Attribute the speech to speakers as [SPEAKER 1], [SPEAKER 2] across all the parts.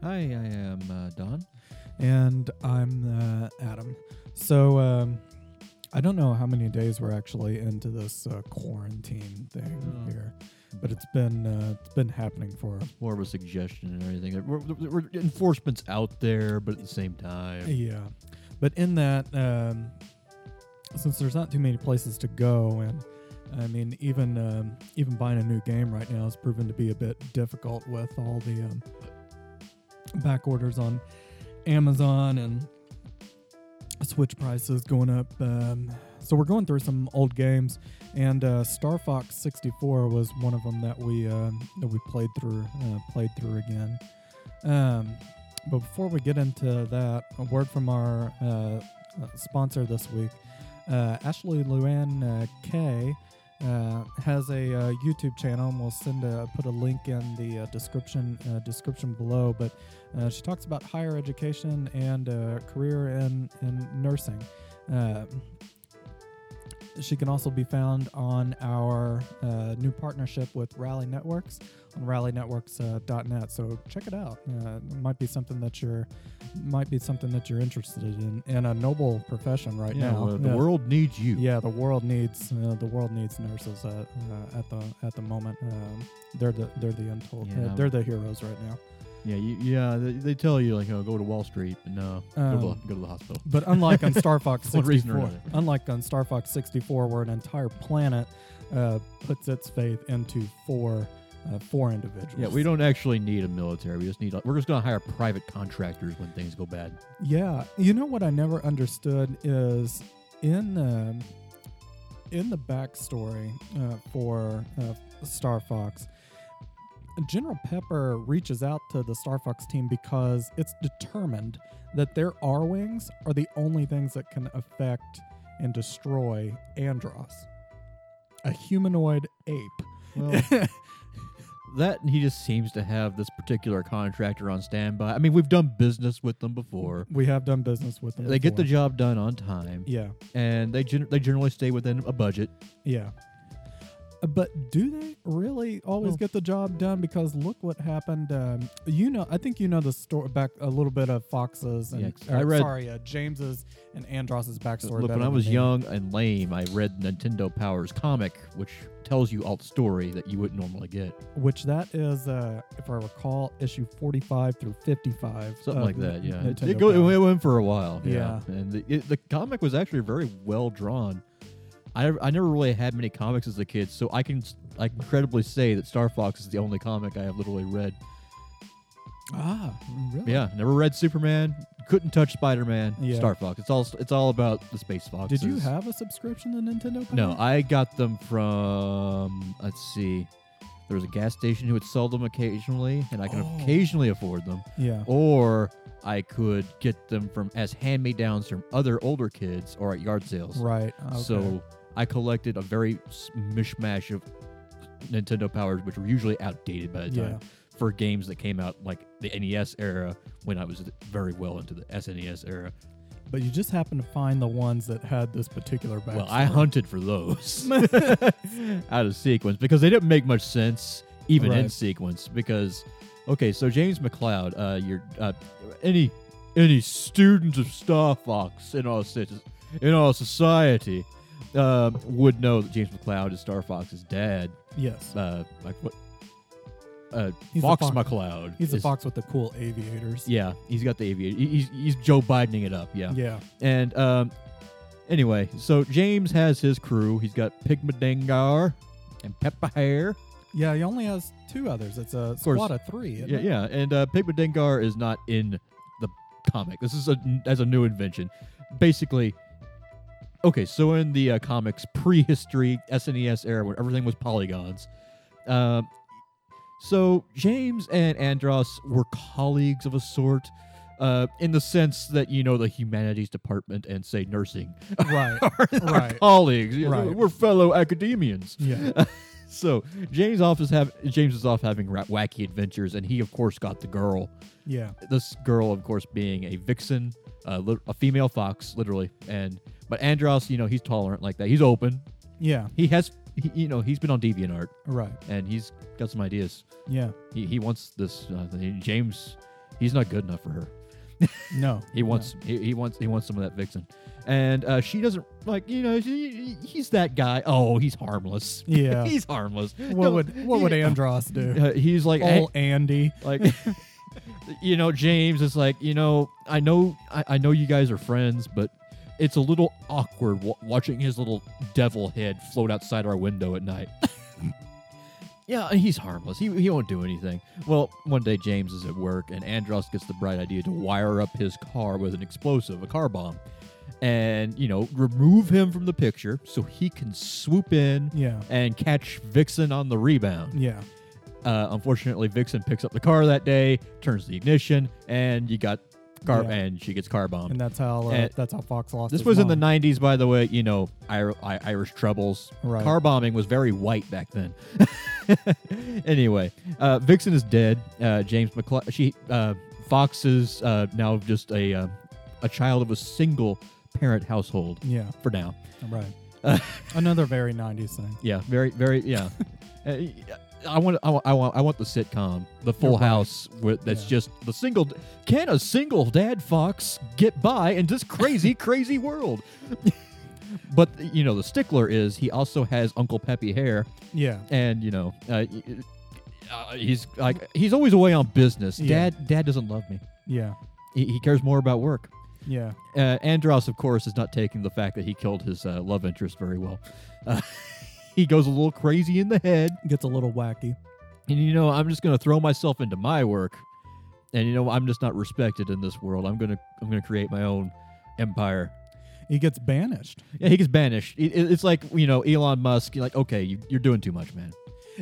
[SPEAKER 1] Hi, I am uh, Don.
[SPEAKER 2] and I'm uh, Adam. So um, I don't know how many days we're actually into this uh, quarantine thing
[SPEAKER 1] Oh.
[SPEAKER 2] here, but it's been uh, it's been happening for
[SPEAKER 1] More of a suggestion and everything. We're, we're, we're- enforcement's out there, but at the same time,
[SPEAKER 2] yeah. But in that, um, since there's not too many places to go, and I mean even um, even buying a new game right now has proven to be a bit difficult with all the um, back orders on Amazon and Switch prices going up. Um, so we're going through some old games, and uh, Star Fox 64 was one of them that we uh, that we played through uh, played through again. Um, but before we get into that, a word from our uh, uh, sponsor this week, uh, Ashley Luann uh, K. Uh, has a uh, YouTube channel, and we'll send a, put a link in the uh, description uh, description below. But uh, she talks about higher education and uh, career in, in nursing. Uh, she can also be found on our uh, new partnership with Rally Networks on rallynetworks.net. Uh, .net. so check it out. Uh, it might be something that you're might be something that you're interested in in a noble profession right
[SPEAKER 1] yeah,
[SPEAKER 2] now.
[SPEAKER 1] well, uh, the
[SPEAKER 2] Yeah.
[SPEAKER 1] world needs you.
[SPEAKER 2] Yeah, the world needs uh, the world needs nurses at uh, at the at the moment. Um, they're the they're the untold
[SPEAKER 1] Yeah.
[SPEAKER 2] uh, they're the heroes right now.
[SPEAKER 1] yeah, you, yeah. They, they tell you like, oh, go to Wall Street, but no, go, to
[SPEAKER 2] Um,
[SPEAKER 1] the, go to the hospital.
[SPEAKER 2] But unlike on Star Fox
[SPEAKER 1] One reason or
[SPEAKER 2] 64,
[SPEAKER 1] another.
[SPEAKER 2] unlike on Star Fox 64, where an entire planet uh, puts its faith into four uh, four individuals.
[SPEAKER 1] Yeah, we don't actually need a military. We just need. We're just gonna hire private contractors when things go bad.
[SPEAKER 2] Yeah, you know what I never understood is in um, in the backstory uh, for uh, Star Fox, General Pepper reaches out to the Star Fox team because it's determined that their R wings are the only things that can affect and destroy Andros, a humanoid ape.
[SPEAKER 1] Well, that he just seems to have this particular contractor on standby. I mean, we've done business with them before.
[SPEAKER 2] we have done business with them.
[SPEAKER 1] They get the
[SPEAKER 2] before.
[SPEAKER 1] job done on time,
[SPEAKER 2] yeah.
[SPEAKER 1] and they gen- they generally stay within a budget.
[SPEAKER 2] Yeah. Uh, But do they really always
[SPEAKER 1] Well-
[SPEAKER 2] get the job done? Because look what happened. Um, you know, I think you know the story back a little bit of Fox's and
[SPEAKER 1] Yeah,
[SPEAKER 2] uh,
[SPEAKER 1] I read-
[SPEAKER 2] sorry, uh, James's and Andros's backstory.
[SPEAKER 1] Look,
[SPEAKER 2] better
[SPEAKER 1] when I
[SPEAKER 2] than
[SPEAKER 1] was
[SPEAKER 2] me.
[SPEAKER 1] young and lame, I read Nintendo Power's comic, which tells you all the story that you wouldn't normally get.
[SPEAKER 2] which that is, uh, if I recall, issue forty-five through fifty-five,
[SPEAKER 1] Something
[SPEAKER 2] of
[SPEAKER 1] like that, yeah. It,
[SPEAKER 2] Uh, Nintendo
[SPEAKER 1] it go, it
[SPEAKER 2] Power.
[SPEAKER 1] went- it went for a while. Yeah.
[SPEAKER 2] Yeah.
[SPEAKER 1] And the, it, the comic was actually very well drawn. I, I never really had many comics as a kid, so I can s- I can credibly say that Star Fox is the only comic I have literally read.
[SPEAKER 2] Ah, really?
[SPEAKER 1] Yeah, never read Superman, couldn't touch Spider Man,
[SPEAKER 2] Yeah.
[SPEAKER 1] Star Fox. It's all it's all about the space foxes.
[SPEAKER 2] Did you have a subscription to Nintendo? Power?
[SPEAKER 1] No, I got them from let's see. There was a gas station who would sell them occasionally, and I could
[SPEAKER 2] Oh.
[SPEAKER 1] occasionally afford them.
[SPEAKER 2] yeah.
[SPEAKER 1] Or I could get them from as hand me downs from other older kids or at yard sales.
[SPEAKER 2] Right. Okay.
[SPEAKER 1] So I collected a very s- mishmash of Nintendo powers, which were usually outdated by the time for games that came out like the NES era when I was very well into the SNES era.
[SPEAKER 2] but you just happened to find the ones that had this particular backstory.
[SPEAKER 1] Well, I hunted for those out of sequence because they didn't make much sense even in
[SPEAKER 2] Right.
[SPEAKER 1] sequence. Because okay, so James McLeod, uh, you're uh, any any students of Star Fox in our cit- in our society uh, would know that James McLeod is Star Fox's dad.
[SPEAKER 2] yes.
[SPEAKER 1] Uh, like what? Uh,
[SPEAKER 2] He's a
[SPEAKER 1] Fox,
[SPEAKER 2] fox.
[SPEAKER 1] McLeod.
[SPEAKER 2] He's a
[SPEAKER 1] is-
[SPEAKER 2] fox with the cool aviators.
[SPEAKER 1] Yeah, he's got the aviator. he- He's, he's Joe Bidening it up.
[SPEAKER 2] Yeah.
[SPEAKER 1] And um, anyway, so James has his crew. He's got Pigmadengar and Peppa Hare.
[SPEAKER 2] Yeah, he only has two others. It's a
[SPEAKER 1] course.
[SPEAKER 2] squad of 3 isn't
[SPEAKER 1] Yeah,
[SPEAKER 2] it?
[SPEAKER 1] yeah. And uh, Pigmadengar is not in the comic. This is a, as a new invention. Basically, okay, so in the uh, comics prehistory SNES era when everything was polygons, um, so James and Andros were colleagues of a sort. Uh, in the sense that you know the humanities department and say nursing
[SPEAKER 2] Right.
[SPEAKER 1] our, our
[SPEAKER 2] Right.
[SPEAKER 1] colleagues. you know,
[SPEAKER 2] Right.
[SPEAKER 1] We're fellow academians.
[SPEAKER 2] Yeah.
[SPEAKER 1] So James off is have James is off having ra- wacky adventures, and he of course got the girl.
[SPEAKER 2] Yeah.
[SPEAKER 1] This girl, of course, being a vixen, a, lit- a female fox, literally. And but Andros, you know, he's tolerant like that. He's open.
[SPEAKER 2] Yeah.
[SPEAKER 1] He has, he, you know, he's been on DeviantArt,
[SPEAKER 2] Right.
[SPEAKER 1] and he's got some ideas.
[SPEAKER 2] Yeah.
[SPEAKER 1] He, he wants this. Uh, thing. James He's not good enough for her.
[SPEAKER 2] No,
[SPEAKER 1] He wants he, he wants he wants some of that vixen, and uh, she doesn't like you know she, he's that guy. Oh, he's harmless.
[SPEAKER 2] Yeah.
[SPEAKER 1] he's harmless.
[SPEAKER 2] No. What would what would Andros do?
[SPEAKER 1] Uh, he's like "Hey,
[SPEAKER 2] All Andy.
[SPEAKER 1] like you know james is like you know i know I, I know you guys are friends but it's a little awkward w- watching his little devil head float outside our window at night yeah and he's harmless he, he won't do anything well one day james is at work and andros gets the bright idea to wire up his car with an explosive a car bomb and you know remove him from the picture so he can swoop in
[SPEAKER 2] Yeah,
[SPEAKER 1] and catch vixen on the rebound
[SPEAKER 2] yeah.
[SPEAKER 1] uh, unfortunately, Vixen picks up the car that day, turns the ignition, and you got car,
[SPEAKER 2] Yeah.
[SPEAKER 1] and she gets car
[SPEAKER 2] And
[SPEAKER 1] bombed.
[SPEAKER 2] that's how uh,
[SPEAKER 1] and-
[SPEAKER 2] that's how Fox lost.
[SPEAKER 1] This
[SPEAKER 2] his
[SPEAKER 1] was in
[SPEAKER 2] mom.
[SPEAKER 1] the '90s, by the way. You know, Ir- I- Irish Troubles.
[SPEAKER 2] Right.
[SPEAKER 1] Car bombing was very white back then. anyway, uh, Vixen is dead. Uh, James McCle- she uh, Fox is uh, now just a uh, a child of a single parent household
[SPEAKER 2] Yeah,
[SPEAKER 1] for now.
[SPEAKER 2] right. Another very '90s thing.
[SPEAKER 1] Yeah, very, very, yeah. Uh, I want, I want, I want, I want the sitcom, the Full
[SPEAKER 2] You're right.
[SPEAKER 1] House, with, that's
[SPEAKER 2] Yeah.
[SPEAKER 1] just the single. Can a single dad fox get by in this crazy, crazy world? but you know, the stickler is he also has Uncle Peppy hair,
[SPEAKER 2] Yeah,
[SPEAKER 1] and you know, uh, y- uh, he's like he's always away on business.
[SPEAKER 2] Yeah.
[SPEAKER 1] Dad, Dad doesn't love me.
[SPEAKER 2] yeah,
[SPEAKER 1] He, he cares more about work.
[SPEAKER 2] yeah.
[SPEAKER 1] Uh, Andros, of course, is not taking the fact that he killed his uh, love interest very well. Uh, he goes a little crazy in the head,
[SPEAKER 2] Gets a little wacky.
[SPEAKER 1] and you know, I'm just going to throw myself into my work, and you know, I'm just not respected in this world. I'm gonna, I'm gonna create my own empire.
[SPEAKER 2] He gets banished.
[SPEAKER 1] Yeah, he gets banished. It, it- it's like you know, Elon Musk. You're like, okay, you, you're doing too much, man.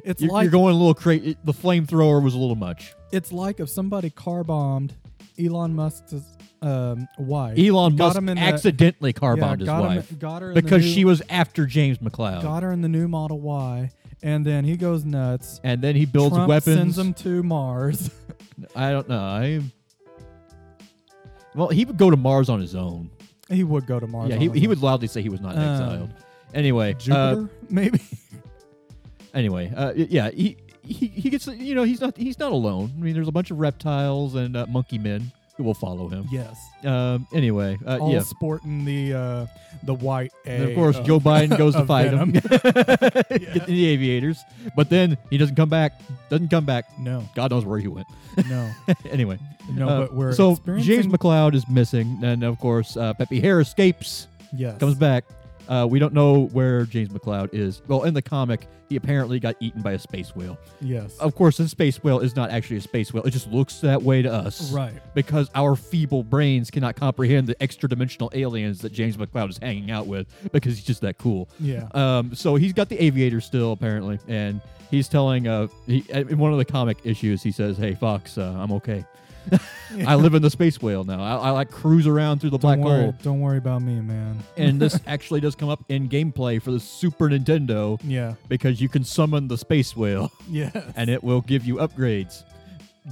[SPEAKER 2] It's
[SPEAKER 1] You're,
[SPEAKER 2] like
[SPEAKER 1] you're going a little crazy. The flamethrower was a little much.
[SPEAKER 2] it's like if somebody car bombed Elon Musk's um, wife.
[SPEAKER 1] Elon
[SPEAKER 2] Got
[SPEAKER 1] Musk
[SPEAKER 2] him in the-
[SPEAKER 1] accidentally car
[SPEAKER 2] yeah,
[SPEAKER 1] bombed his
[SPEAKER 2] got him-
[SPEAKER 1] wife
[SPEAKER 2] got her in the
[SPEAKER 1] because
[SPEAKER 2] new-
[SPEAKER 1] she was after James McLeod,
[SPEAKER 2] got her in the new Model Y, and then he goes nuts.
[SPEAKER 1] and then he builds
[SPEAKER 2] Trump
[SPEAKER 1] weapons.
[SPEAKER 2] sends him to Mars.
[SPEAKER 1] I don't know. I well, he would go to Mars on his own.
[SPEAKER 2] he would go to Mars.
[SPEAKER 1] yeah,
[SPEAKER 2] on
[SPEAKER 1] he,
[SPEAKER 2] his
[SPEAKER 1] he
[SPEAKER 2] own.
[SPEAKER 1] would uh, loudly say he was not
[SPEAKER 2] Um,
[SPEAKER 1] exiled. Anyway, uh,
[SPEAKER 2] Jupiter, maybe.
[SPEAKER 1] anyway, uh, y- yeah, he, he he gets you know he's not he's not alone. I mean, there's a bunch of reptiles and uh, monkey men who will follow him.
[SPEAKER 2] yes,
[SPEAKER 1] Um, anyway, uh,
[SPEAKER 2] all
[SPEAKER 1] yeah.
[SPEAKER 2] sporting the uh, the white. A uh,
[SPEAKER 1] And of course, Joe Biden goes to
[SPEAKER 2] of
[SPEAKER 1] fight him,
[SPEAKER 2] Venom.
[SPEAKER 1] Get in the aviators, but then he doesn't come back. Doesn't come back.
[SPEAKER 2] No,
[SPEAKER 1] God knows where he went.
[SPEAKER 2] no,
[SPEAKER 1] anyway,
[SPEAKER 2] no.
[SPEAKER 1] uh,
[SPEAKER 2] but we're
[SPEAKER 1] so James
[SPEAKER 2] experiencing-
[SPEAKER 1] McLeod is missing, and of course, uh, Pepe Hare escapes.
[SPEAKER 2] yes.
[SPEAKER 1] comes back. Uh, we don't know where James McLeod is. Well, in the comic, he apparently got eaten by a space whale.
[SPEAKER 2] Yes,
[SPEAKER 1] Of course, this space whale is not actually a space whale. It just looks that way to us.
[SPEAKER 2] right.
[SPEAKER 1] Because our feeble brains cannot comprehend the extra dimensional aliens that James McLeod is hanging out with because he's just that cool.
[SPEAKER 2] Yeah,
[SPEAKER 1] Um, so he's got the aviator still apparently, and he's telling uh he, in one of the comic issues he says, "Hey Fox, uh, I'm okay. I live in the space whale now. I, I like cruise around through the black
[SPEAKER 2] don't worry,
[SPEAKER 1] hole."
[SPEAKER 2] Don't worry about me, man.
[SPEAKER 1] and this actually does come up in gameplay for the Super Nintendo
[SPEAKER 2] Yeah,
[SPEAKER 1] because you can summon the space whale
[SPEAKER 2] yeah.
[SPEAKER 1] and it will give you upgrades.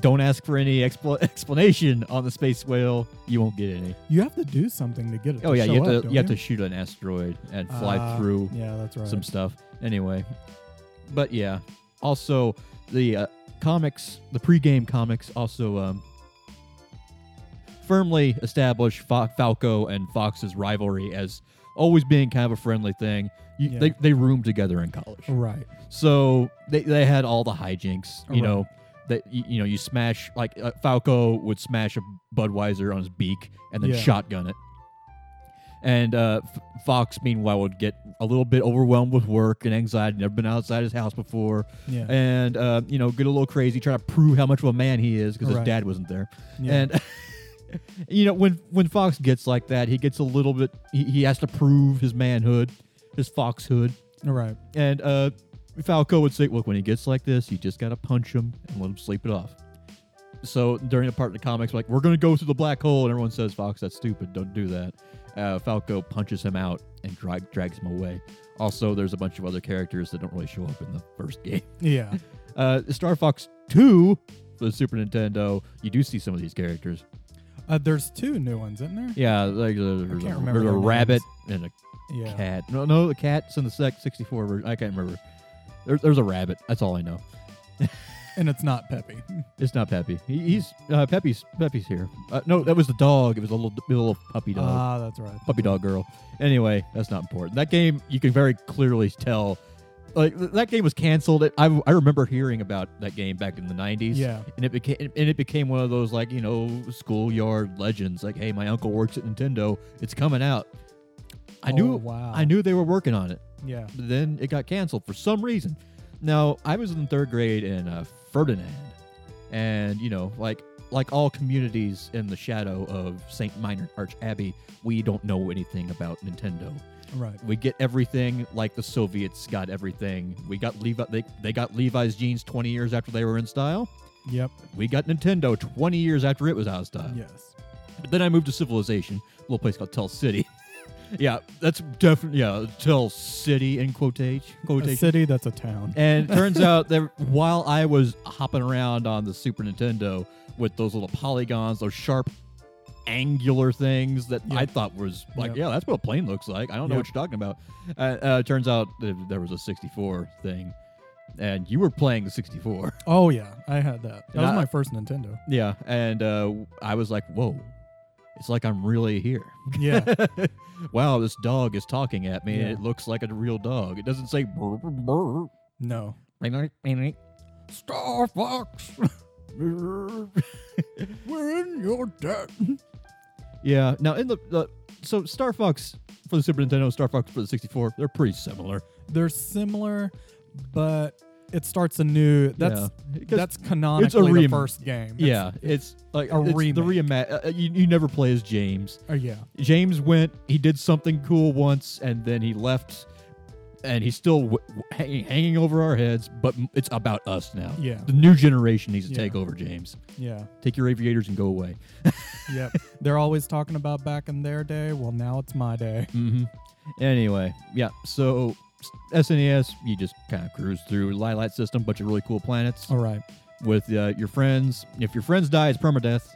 [SPEAKER 1] Don't ask for any expl- explanation on the space whale; you won't get any.
[SPEAKER 2] You have to do something to get it.
[SPEAKER 1] Oh
[SPEAKER 2] to
[SPEAKER 1] yeah,
[SPEAKER 2] show
[SPEAKER 1] you have
[SPEAKER 2] up,
[SPEAKER 1] to
[SPEAKER 2] don't
[SPEAKER 1] you, have to shoot an asteroid and fly
[SPEAKER 2] Ah,
[SPEAKER 1] through
[SPEAKER 2] Yeah, that's right.
[SPEAKER 1] some stuff. Anyway, but yeah, also the uh, comics, the pre-game comics, also um, firmly establish Fo- Falco and Fox's rivalry as always being kind of a friendly thing. You,
[SPEAKER 2] Yeah.
[SPEAKER 1] They they roomed together in college,
[SPEAKER 2] right.
[SPEAKER 1] so they, they had all the hijinks. You
[SPEAKER 2] Right.
[SPEAKER 1] know that you, you know you smash like uh, Falco would smash a Budweiser on his beak and then
[SPEAKER 2] Yeah.
[SPEAKER 1] shotgun it. And uh, F- Fox, meanwhile, would get a little bit overwhelmed with work and anxiety. Never been outside his house before,
[SPEAKER 2] Yeah.
[SPEAKER 1] and uh, you know, get a little crazy, trying to prove how much of a man he is because
[SPEAKER 2] Right.
[SPEAKER 1] his dad wasn't there.
[SPEAKER 2] yeah.
[SPEAKER 1] And you know, when when Fox gets like that, he gets a little bit. He, he has to prove his manhood, his foxhood.
[SPEAKER 2] right.
[SPEAKER 1] And uh, Falco would say, "Look, when he gets like this, you just gotta punch him and let him sleep it off." So during the part of the comics, like we're gonna go through the black hole, and everyone says, "Fox, that's stupid. Don't do that." Uh, Falco punches him out and drag- drags him away. Also, there's a bunch of other characters that don't really show up in the first game.
[SPEAKER 2] Yeah.
[SPEAKER 1] Uh, Star Fox Two, for the Super Nintendo, you do see some of these characters.
[SPEAKER 2] Uh, there's two new ones, isn't there?
[SPEAKER 1] Yeah, like there's,
[SPEAKER 2] can't
[SPEAKER 1] a,
[SPEAKER 2] remember
[SPEAKER 1] there's a
[SPEAKER 2] their names.
[SPEAKER 1] rabbit and a
[SPEAKER 2] Yeah.
[SPEAKER 1] cat. No, no, the cat's in the sec- 64 version. I can't remember. There, there's a rabbit. That's all I know.
[SPEAKER 2] and it's not Peppy.
[SPEAKER 1] It's not Peppy. He, he's uh, Peppy's. Peppy's here. Uh, no, that was the dog. It was a little, the little puppy dog.
[SPEAKER 2] Ah, that's right.
[SPEAKER 1] puppy dog girl. Anyway, that's not important. That game, you can very clearly tell. Like th- that game was canceled. It, I, I remember hearing about that game back in the '90s.
[SPEAKER 2] Yeah.
[SPEAKER 1] and it became and it became one of those like you know schoolyard legends. Like, hey, my uncle works at Nintendo. It's coming out. I
[SPEAKER 2] Oh,
[SPEAKER 1] knew.
[SPEAKER 2] wow.
[SPEAKER 1] I knew they were working on it.
[SPEAKER 2] Yeah.
[SPEAKER 1] But then it got canceled for some reason. Now I was in third grade in uh, Ferdinand, and you know, like like all communities in the shadow of Saint Minor Arch Abbey, we don't know anything about Nintendo.
[SPEAKER 2] Right.
[SPEAKER 1] We get everything like the Soviets got everything. We got Levi. They, they got Levi's jeans 20 years after they were in style.
[SPEAKER 2] Yep.
[SPEAKER 1] We got Nintendo 20 years after it was out of style.
[SPEAKER 2] Yes.
[SPEAKER 1] But then I moved to Civilization, a little place called Tell City. yeah, that's definitely yeah, Tell City in quotage
[SPEAKER 2] A
[SPEAKER 1] quotation.
[SPEAKER 2] city that's a town.
[SPEAKER 1] And it turns out that while I was hopping around on the Super Nintendo with those little polygons, those sharp angular things that I
[SPEAKER 2] Yep.
[SPEAKER 1] thought was like,
[SPEAKER 2] Yep.
[SPEAKER 1] yeah, that's what a plane looks like. I don't know
[SPEAKER 2] Yep.
[SPEAKER 1] what you're talking about. Uh, uh, turns out that there was a 64 thing, and you were playing the 64.
[SPEAKER 2] Oh yeah, I had that. That
[SPEAKER 1] And
[SPEAKER 2] was
[SPEAKER 1] I-
[SPEAKER 2] my first Nintendo.
[SPEAKER 1] yeah, and uh, I was like, whoa, it's like I'm really here.
[SPEAKER 2] Yeah.
[SPEAKER 1] wow, this dog is talking at me.
[SPEAKER 2] Yeah.
[SPEAKER 1] And it looks like a real dog. It doesn't say brr, brr, brr.
[SPEAKER 2] no.
[SPEAKER 1] Star Fox.
[SPEAKER 2] We're in your debt.
[SPEAKER 1] yeah. Now in the, the so Star Fox for the Super Nintendo, Star Fox for the 64, they're pretty similar.
[SPEAKER 2] They're similar, but it starts anew. That's
[SPEAKER 1] Yeah. 'Cause
[SPEAKER 2] that's canonically the
[SPEAKER 1] reim-
[SPEAKER 2] first game. It's-
[SPEAKER 1] yeah, it's like
[SPEAKER 2] a
[SPEAKER 1] it's the
[SPEAKER 2] remake.
[SPEAKER 1] reima- uh, you, you never play as James.
[SPEAKER 2] Oh yeah.
[SPEAKER 1] James went. He did something cool once, and then he left. And he's still w- w- hanging, hanging over our heads, but m- it's about us now.
[SPEAKER 2] Yeah.
[SPEAKER 1] the new generation needs to
[SPEAKER 2] Yeah.
[SPEAKER 1] take over. James,
[SPEAKER 2] Yeah.
[SPEAKER 1] take your aviators and go away.
[SPEAKER 2] Yep. They're always talking about back in their day. Well, now it's my day.
[SPEAKER 1] hmm Anyway, yeah. So s- SNES, you just kind of cruise through Lilac system, bunch of really cool planets
[SPEAKER 2] All right.
[SPEAKER 1] with uh, your friends. If your friends die, it's permadeath.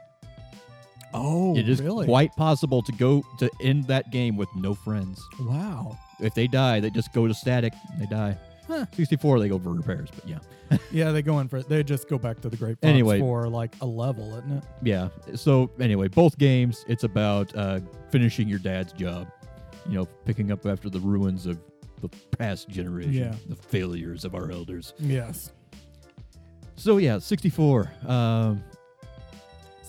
[SPEAKER 2] Oh,
[SPEAKER 1] it is
[SPEAKER 2] really?
[SPEAKER 1] quite possible to go to end that game with no friends.
[SPEAKER 2] Wow.
[SPEAKER 1] If they die, they just go to static. and They die.
[SPEAKER 2] Huh.
[SPEAKER 1] 64, they go for repairs, but yeah,
[SPEAKER 2] Yeah, they go in for it. They just go back to the Great Fox
[SPEAKER 1] Anyway.
[SPEAKER 2] for like a level, isn't it?
[SPEAKER 1] yeah. So anyway, both games, it's about uh, finishing your dad's job. You know, picking up after the ruins of the past generation,
[SPEAKER 2] Yeah.
[SPEAKER 1] the failures of our elders.
[SPEAKER 2] Yes.
[SPEAKER 1] So yeah, 64. Um,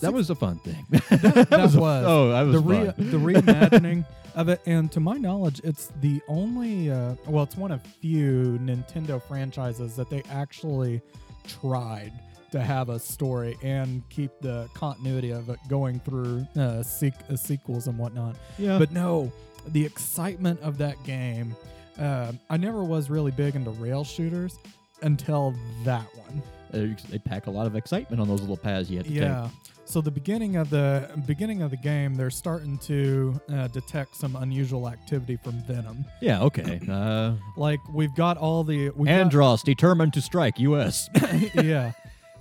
[SPEAKER 1] that
[SPEAKER 2] Six-
[SPEAKER 1] was a fun thing.
[SPEAKER 2] That,
[SPEAKER 1] was
[SPEAKER 2] was,
[SPEAKER 1] a- oh, that was
[SPEAKER 2] the re-
[SPEAKER 1] fun.
[SPEAKER 2] the reimagining of it. And to my knowledge, it's the only uh, well, it's one of few Nintendo franchises that they actually tried to have a story and keep the continuity of it going through uh, sequ- uh, sequels and whatnot.
[SPEAKER 1] yeah,
[SPEAKER 2] But no, the excitement of that game. Um, I never was really big into rail shooters until that one.
[SPEAKER 1] they, Uh, they pack a lot of excitement on those little paths you had to
[SPEAKER 2] Yeah. So the beginning of the beginning of the game, they're starting to uh, detect some unusual activity from Venom.
[SPEAKER 1] take. Yeah. Okay. Uh,
[SPEAKER 2] Like we've got all the we've got-
[SPEAKER 1] Andros determined to strike U.S.
[SPEAKER 2] yeah.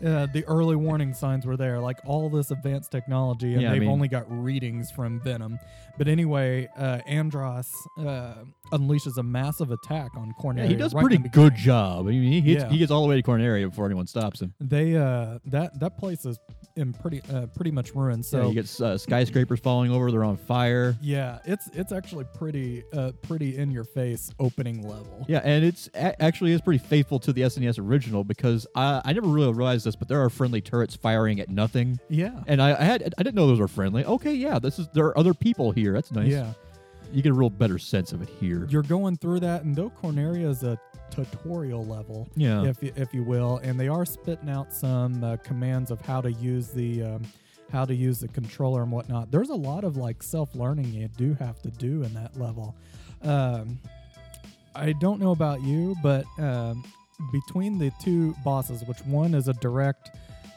[SPEAKER 2] Uh, the early warning signs were there, like all this advanced technology, and
[SPEAKER 1] Yeah, I
[SPEAKER 2] they've
[SPEAKER 1] mean-
[SPEAKER 2] only got readings from Venom. But anyway, uh, Andros uh, unleashes a massive attack on
[SPEAKER 1] yeah,
[SPEAKER 2] Cornelia.
[SPEAKER 1] he does
[SPEAKER 2] right in
[SPEAKER 1] pretty
[SPEAKER 2] the
[SPEAKER 1] good
[SPEAKER 2] beginning.
[SPEAKER 1] job. I mean, he hits,
[SPEAKER 2] Yeah.
[SPEAKER 1] he gets all the way to Corneria before anyone stops him.
[SPEAKER 2] They uh, that that place is in pretty uh, pretty much ruined. So
[SPEAKER 1] So he gets uh, skyscrapers falling over. They're on fire.
[SPEAKER 2] Yeah, it's it's actually pretty uh pretty in your face opening level.
[SPEAKER 1] Yeah, and it's a- actually is pretty faithful to the SNES original because I, I never really realized this, but there are friendly turrets firing at nothing.
[SPEAKER 2] Yeah.
[SPEAKER 1] And I, I had I didn't know those were friendly. Okay, yeah, this is there are other people here. That's nice.
[SPEAKER 2] Yeah.
[SPEAKER 1] you get a real better sense of it here.
[SPEAKER 2] You're going through that and though Corneria is a tutorial level,
[SPEAKER 1] Yeah.
[SPEAKER 2] if you, if you will, and they are spitting out some uh, commands of how to use the um, how to use the controller and whatnot. There's a lot of like self-learning you do have to do in that level. Um, I don't know about you, but um, between the two bosses, which one is a direct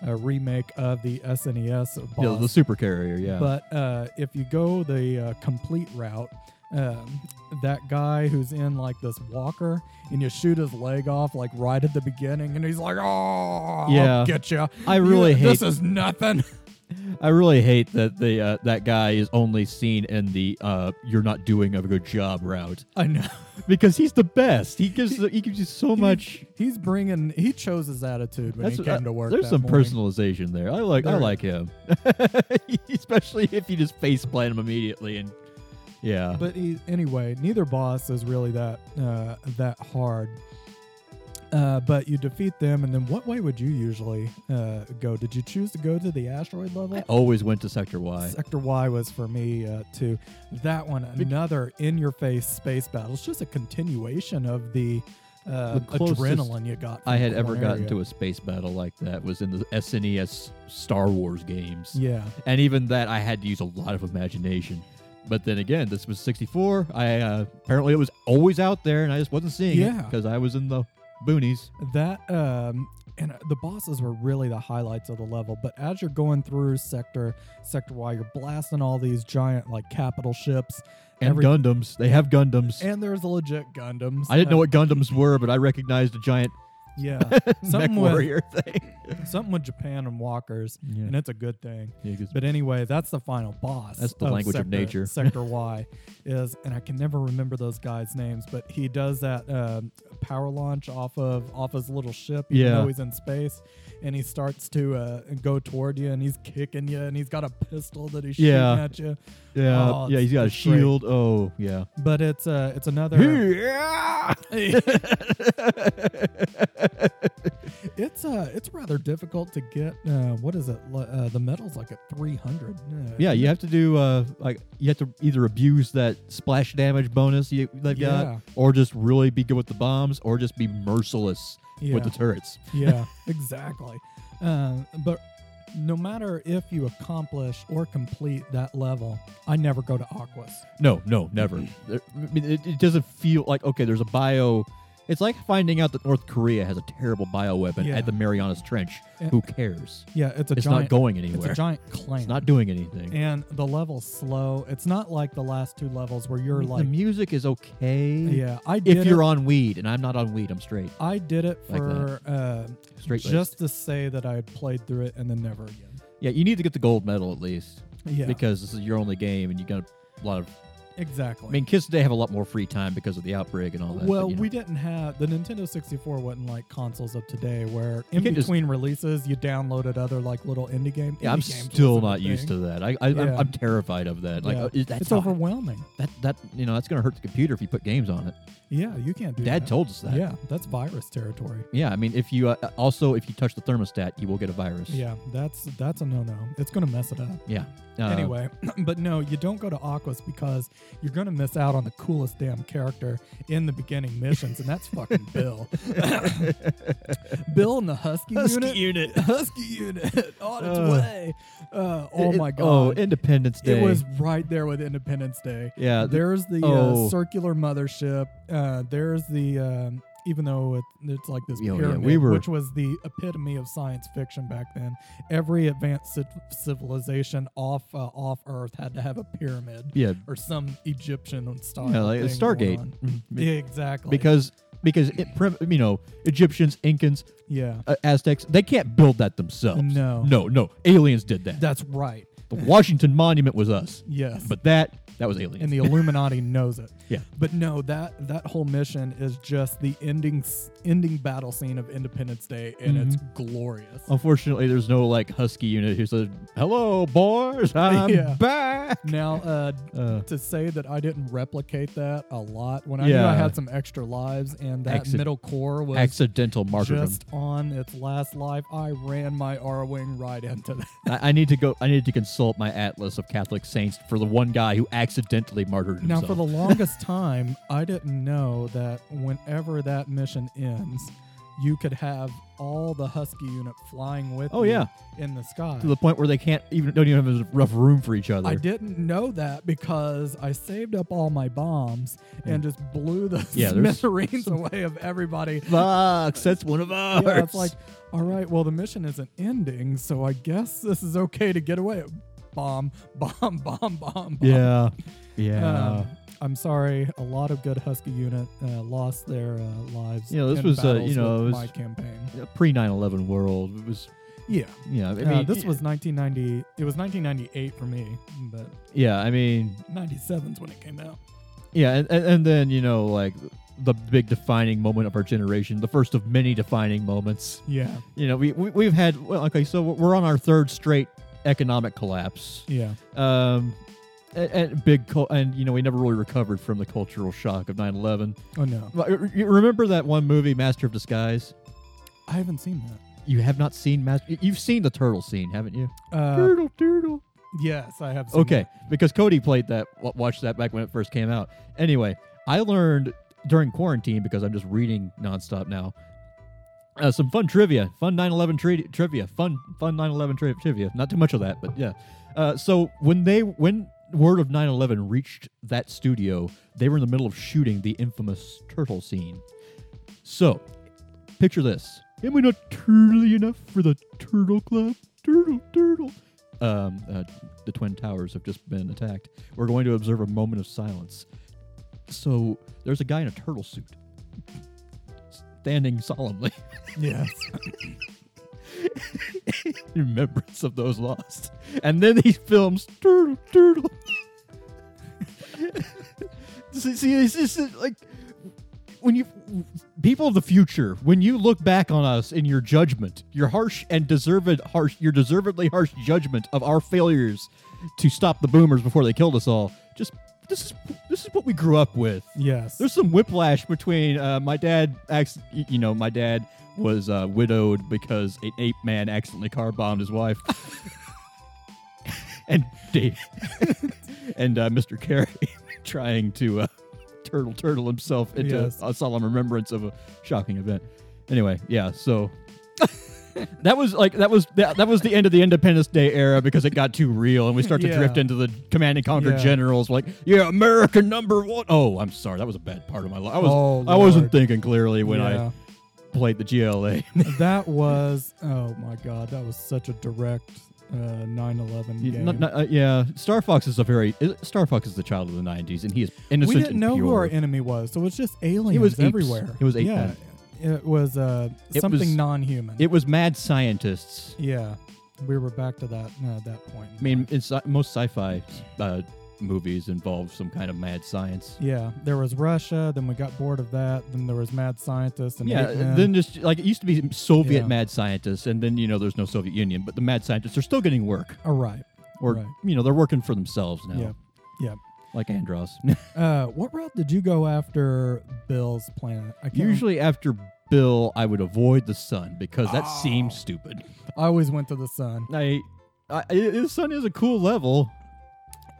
[SPEAKER 2] uh, remake of the SNES boss,
[SPEAKER 1] Yeah, the super carrier, yeah.
[SPEAKER 2] But uh, if you go the uh, complete route, um, that guy who's in like this walker and you shoot his leg off like right at the beginning, and he's like, "Oh,
[SPEAKER 1] Yeah.
[SPEAKER 2] I'll get you."
[SPEAKER 1] I really
[SPEAKER 2] this
[SPEAKER 1] hate-
[SPEAKER 2] is nothing.
[SPEAKER 1] I really hate that the uh, that guy is only seen in the uh, "you're not doing a good job" route
[SPEAKER 2] I know.
[SPEAKER 1] because he's the best. He gives he gives you so much.
[SPEAKER 2] He's bringing. He chose his attitude when he
[SPEAKER 1] That's- uh,
[SPEAKER 2] came to work.
[SPEAKER 1] There's
[SPEAKER 2] that
[SPEAKER 1] some
[SPEAKER 2] morning.
[SPEAKER 1] personalization there. I like I
[SPEAKER 2] There
[SPEAKER 1] like him, especially if you just face plant him immediately and yeah.
[SPEAKER 2] But he, anyway, neither boss is really that uh, that hard. Uh, but you defeat them, and then what way would you usually uh, go? Did you choose to go to the asteroid level?
[SPEAKER 1] I always went to Sector Y.
[SPEAKER 2] Sector Y was for me uh, too. That one,
[SPEAKER 1] Be-
[SPEAKER 2] another in-your-face space battle. It's just a continuation of the, uh,
[SPEAKER 1] The closest
[SPEAKER 2] adrenaline you got.
[SPEAKER 1] I had ever gotten to a space battle like that was in the SNES Star Wars games.
[SPEAKER 2] Yeah,
[SPEAKER 1] And even that, I had to use a lot of imagination. But then again, this was 64. I uh, apparently it was always out there, and I just wasn't seeing it
[SPEAKER 2] Yeah.
[SPEAKER 1] because I was in the boonies.
[SPEAKER 2] that um, and uh, the bosses were really the highlights of the level. But as you're going through Sector Sector Y, you're blasting all these giant like capital ships,
[SPEAKER 1] And
[SPEAKER 2] every-
[SPEAKER 1] Gundams, they have Gundams.
[SPEAKER 2] and there's legit Gundams.
[SPEAKER 1] I didn't know
[SPEAKER 2] Uh,
[SPEAKER 1] what Gundams were, but I recognized a giant
[SPEAKER 2] Yeah,
[SPEAKER 1] mech
[SPEAKER 2] something with
[SPEAKER 1] warrior thing.
[SPEAKER 2] something with Japan and walkers,
[SPEAKER 1] Yeah.
[SPEAKER 2] and it's a good thing.
[SPEAKER 1] Yeah, 'cause-
[SPEAKER 2] But anyway, that's the final boss.
[SPEAKER 1] That's the language of
[SPEAKER 2] sector,
[SPEAKER 1] nature.
[SPEAKER 2] Sector Y is, and I can never remember those guys' names, but he does that um, power launch off of off his little ship, even
[SPEAKER 1] Yeah.
[SPEAKER 2] though he's in space, and he starts to uh, go toward you, and he's kicking you, and he's got a pistol that he's
[SPEAKER 1] Yeah.
[SPEAKER 2] shooting at you.
[SPEAKER 1] yeah,
[SPEAKER 2] Oh,
[SPEAKER 1] yeah,
[SPEAKER 2] it's-
[SPEAKER 1] he's got a
[SPEAKER 2] it's great.
[SPEAKER 1] shield. Oh, yeah.
[SPEAKER 2] But it's uh, it's another.
[SPEAKER 1] Yeah!
[SPEAKER 2] it's uh, it's rather difficult to get. Uh, what is it? Li- Uh, the metal's like at three hundred.
[SPEAKER 1] Yeah, you have to do uh like you have to either abuse that splash damage bonus you, they've
[SPEAKER 2] Yeah.
[SPEAKER 1] got, or just really be good with the bombs, or just be merciless
[SPEAKER 2] Yeah.
[SPEAKER 1] with the turrets.
[SPEAKER 2] yeah, exactly. Uh, but no matter if you accomplish or complete that level, I never go to Aquas.
[SPEAKER 1] No, no, never.
[SPEAKER 2] Mm-hmm.
[SPEAKER 1] There- I mean, it, it doesn't feel like okay. There's a bio. It's like finding out that North Korea has a terrible bio weapon
[SPEAKER 2] Yeah.
[SPEAKER 1] at the Marianas Trench.
[SPEAKER 2] Yeah.
[SPEAKER 1] Who cares?
[SPEAKER 2] Yeah, it's a
[SPEAKER 1] It's
[SPEAKER 2] giant.
[SPEAKER 1] not going
[SPEAKER 2] it's
[SPEAKER 1] anywhere.
[SPEAKER 2] a
[SPEAKER 1] It's,
[SPEAKER 2] giant clan.
[SPEAKER 1] not doing anything.
[SPEAKER 2] and the level's slow. It's not like the last two levels where you're
[SPEAKER 1] the
[SPEAKER 2] like,
[SPEAKER 1] music is okay.
[SPEAKER 2] yeah, I did
[SPEAKER 1] If
[SPEAKER 2] it.
[SPEAKER 1] you're on weed, and I'm not on weed, I'm straight.
[SPEAKER 2] I did it
[SPEAKER 1] Like
[SPEAKER 2] for uh,
[SPEAKER 1] Straight.
[SPEAKER 2] just to say that I had played through it and then never again.
[SPEAKER 1] yeah, you need to get the gold medal at least.
[SPEAKER 2] Yeah,
[SPEAKER 1] because this is your only game and you got a lot of.
[SPEAKER 2] exactly.
[SPEAKER 1] I mean, kids today have a lot more free time because of the outbreak and all that. but,
[SPEAKER 2] Well,
[SPEAKER 1] you know.
[SPEAKER 2] we didn't have the Nintendo 64 wasn't like consoles of today, where in
[SPEAKER 1] can't just-
[SPEAKER 2] between releases you downloaded other like little indie game- indie games.
[SPEAKER 1] Yeah, I'm still not used to that. I, I I'm,
[SPEAKER 2] Yeah.
[SPEAKER 1] I'm terrified of that. Like
[SPEAKER 2] Yeah.
[SPEAKER 1] uh, is- that's
[SPEAKER 2] It's
[SPEAKER 1] how-
[SPEAKER 2] overwhelming.
[SPEAKER 1] that that you know that's gonna hurt the computer if you put games on it.
[SPEAKER 2] Yeah, you can't do
[SPEAKER 1] Dad
[SPEAKER 2] that.
[SPEAKER 1] told us that.
[SPEAKER 2] Yeah, that's virus territory.
[SPEAKER 1] Yeah, I mean, if you uh, also if you touch the thermostat, you will get a virus.
[SPEAKER 2] Yeah, that's that's a no no. It's gonna mess it up.
[SPEAKER 1] Yeah. Uh,
[SPEAKER 2] anyway, but no, you don't go to Aquas because you're gonna miss out on the coolest damn character in the beginning missions, and that's fucking Bill. Bill and the Husky, unit. Husky unit on its
[SPEAKER 1] Uh,
[SPEAKER 2] way. Uh, oh
[SPEAKER 1] It-
[SPEAKER 2] my god!
[SPEAKER 1] Oh, Independence Day.
[SPEAKER 2] It was right there with Independence Day.
[SPEAKER 1] Yeah. th-
[SPEAKER 2] There's the
[SPEAKER 1] oh.
[SPEAKER 2] uh, circular mothership. Uh, there's the um, even though it, it's like this
[SPEAKER 1] Oh, yeah,
[SPEAKER 2] pyramid,
[SPEAKER 1] we were-
[SPEAKER 2] which was the epitome of science fiction back then. Every advanced civ- civilization off uh, off Earth had to have a pyramid
[SPEAKER 1] yeah.
[SPEAKER 2] or some Egyptian style.
[SPEAKER 1] Yeah, like
[SPEAKER 2] thing going
[SPEAKER 1] Stargate.
[SPEAKER 2] on.
[SPEAKER 1] Mhm.
[SPEAKER 2] Yeah, exactly.
[SPEAKER 1] Because because it, prim- you know Egyptians, Incans,
[SPEAKER 2] yeah,
[SPEAKER 1] uh, Aztecs, they can't build that themselves.
[SPEAKER 2] No.
[SPEAKER 1] No, no. Aliens did that.
[SPEAKER 2] that's right.
[SPEAKER 1] the Washington Monument was us.
[SPEAKER 2] Yes.
[SPEAKER 1] But that, that was aliens.
[SPEAKER 2] and the Illuminati knows it.
[SPEAKER 1] Yeah.
[SPEAKER 2] But no, that that whole mission is just the ending s- ending battle scene of Independence Day, and
[SPEAKER 1] Mm-hmm.
[SPEAKER 2] it's glorious.
[SPEAKER 1] Unfortunately, there's no like husky unit who said, hello, boys, I'm
[SPEAKER 2] Yeah.
[SPEAKER 1] back.
[SPEAKER 2] Now, uh,
[SPEAKER 1] Uh,
[SPEAKER 2] to say that I didn't replicate that a lot when I knew
[SPEAKER 1] Yeah.
[SPEAKER 2] I had some extra lives, and that
[SPEAKER 1] Accident-
[SPEAKER 2] middle core was
[SPEAKER 1] accidental martyrdom.
[SPEAKER 2] just on its last life, I ran my R wing right into that.
[SPEAKER 1] I, I need to go, I need to consult my atlas of Catholic saints for the one guy who accidentally martyred
[SPEAKER 2] Now,
[SPEAKER 1] himself.
[SPEAKER 2] for the longest time, I didn't know that whenever that mission ends, you could have all the Husky unit flying with
[SPEAKER 1] Oh,
[SPEAKER 2] you
[SPEAKER 1] yeah.
[SPEAKER 2] in the sky.
[SPEAKER 1] to the point where they can't even, don't even have enough room for each other.
[SPEAKER 2] I didn't know that because I saved up all my bombs and just blew the
[SPEAKER 1] Yeah, there's
[SPEAKER 2] smithereens away of everybody.
[SPEAKER 1] Fox, that's one of ours.
[SPEAKER 2] Yeah, it's like, all right, well, the mission isn't ending, so I guess this is okay to get away. Bomb, bomb, bomb, bomb, bomb.
[SPEAKER 1] yeah.
[SPEAKER 2] Um,
[SPEAKER 1] Yeah.
[SPEAKER 2] I'm sorry. A lot of good Husky unit uh, lost their uh, lives.
[SPEAKER 1] You know, this
[SPEAKER 2] in
[SPEAKER 1] was, uh,
[SPEAKER 2] battles
[SPEAKER 1] you know,
[SPEAKER 2] with
[SPEAKER 1] it was-
[SPEAKER 2] my campaign.
[SPEAKER 1] pre 9 11 world. It was
[SPEAKER 2] Yeah.
[SPEAKER 1] Yeah, I mean,
[SPEAKER 2] Uh, this
[SPEAKER 1] y-
[SPEAKER 2] was 1990. It was 1998 for me, but
[SPEAKER 1] yeah. I mean,
[SPEAKER 2] 97's when it came out.
[SPEAKER 1] yeah, and, and, and then you know, like the big defining moment of our generation, the first of many defining moments.
[SPEAKER 2] Yeah.
[SPEAKER 1] You know, we, we we've had well, okay, so we're on our third straight economic collapse.
[SPEAKER 2] Yeah.
[SPEAKER 1] Um, and, and big cul- and you know, we never really recovered from the cultural shock of 9/11.
[SPEAKER 2] Oh no,
[SPEAKER 1] Like, r- You remember that one movie, Master of Disguise?
[SPEAKER 2] I haven't seen that.
[SPEAKER 1] You have not seen Master. You've seen the turtle scene, haven't you?
[SPEAKER 2] Uh,
[SPEAKER 1] turtle, turtle.
[SPEAKER 2] yes, I have. Seen
[SPEAKER 1] Okay, because Cody played that, wa- watched that back when it first came out. Anyway, I learned during quarantine because I'm just reading nonstop now. Uh, some fun trivia, fun 9/11 tri- trivia, fun fun 9/11 tri- trivia. Not too much of that, but yeah. Uh, so when they when word of 9/11 reached that studio, they were in the middle of shooting the infamous turtle scene. So, picture this: Am I not turtly enough for the turtle club? Turtle, turtle um, uh, the Twin Towers have just been attacked. We're going to observe a moment of silence. So there's a guy in a turtle suit standing solemnly
[SPEAKER 2] that. Yes.
[SPEAKER 1] in remembrance of those lost. And then he films Turtle, Turtle. see, see, it's just uh, like when you people of the future when you look back on us in your judgment your harsh and deserved harsh your deservedly harsh judgment of our failures to stop the boomers before they killed us all just this is this is what we grew up with
[SPEAKER 2] yes.
[SPEAKER 1] there's some whiplash between uh, my dad. Acc- y- you know, my dad was uh, widowed because an ape man accidentally car bombed his wife, and Dave and uh, Mr. Carey trying to uh, turtle turtle himself into
[SPEAKER 2] Yes.
[SPEAKER 1] a solemn remembrance of a shocking event. Anyway, yeah, so. that was like that was that, that was the end of the Independence Day era because it got too real and we start to
[SPEAKER 2] Yeah.
[SPEAKER 1] drift into the command and conquer
[SPEAKER 2] Yeah.
[SPEAKER 1] generals like yeah America number one. Oh, I'm sorry, that was a bad part of my life. I was
[SPEAKER 2] Oh,
[SPEAKER 1] I wasn't
[SPEAKER 2] Lord.
[SPEAKER 1] thinking clearly when
[SPEAKER 2] Yeah.
[SPEAKER 1] I played the GLA.
[SPEAKER 2] that was oh my god, that was such a direct uh, 9/11
[SPEAKER 1] You-
[SPEAKER 2] game.
[SPEAKER 1] not- not- uh, yeah, Star Fox is a very uh, Star Fox is the child of the '90s and he is innocent.
[SPEAKER 2] we didn't
[SPEAKER 1] and
[SPEAKER 2] know
[SPEAKER 1] pure.
[SPEAKER 2] who our enemy was, so it was just aliens
[SPEAKER 1] apes.
[SPEAKER 2] everywhere.
[SPEAKER 1] It was ape
[SPEAKER 2] yeah, it was uh,
[SPEAKER 1] It
[SPEAKER 2] something
[SPEAKER 1] was-
[SPEAKER 2] non-human.
[SPEAKER 1] It was mad scientists.
[SPEAKER 2] yeah, we were back to that uh, that point.
[SPEAKER 1] I mean, it's, most sci-fi uh, movies involve some kind of mad science.
[SPEAKER 2] yeah, there was Russia. Then we got bored of that. Then there was mad scientists and
[SPEAKER 1] Yeah,
[SPEAKER 2] ape men.
[SPEAKER 1] then just like it used to be Soviet
[SPEAKER 2] Yeah.
[SPEAKER 1] mad scientists, and then you know there's no Soviet Union, but the mad scientists are still getting work,
[SPEAKER 2] all Oh, right.
[SPEAKER 1] or
[SPEAKER 2] Right.
[SPEAKER 1] you know they're working for themselves now,
[SPEAKER 2] Yeah. Yeah.
[SPEAKER 1] like Andros.
[SPEAKER 2] Uh, what route did you go after Bill's planet? I can't
[SPEAKER 1] Usually after Bill, I would avoid the sun because that
[SPEAKER 2] Oh.
[SPEAKER 1] seems stupid.
[SPEAKER 2] I always went to the sun.
[SPEAKER 1] I, I, I- the sun is a cool level.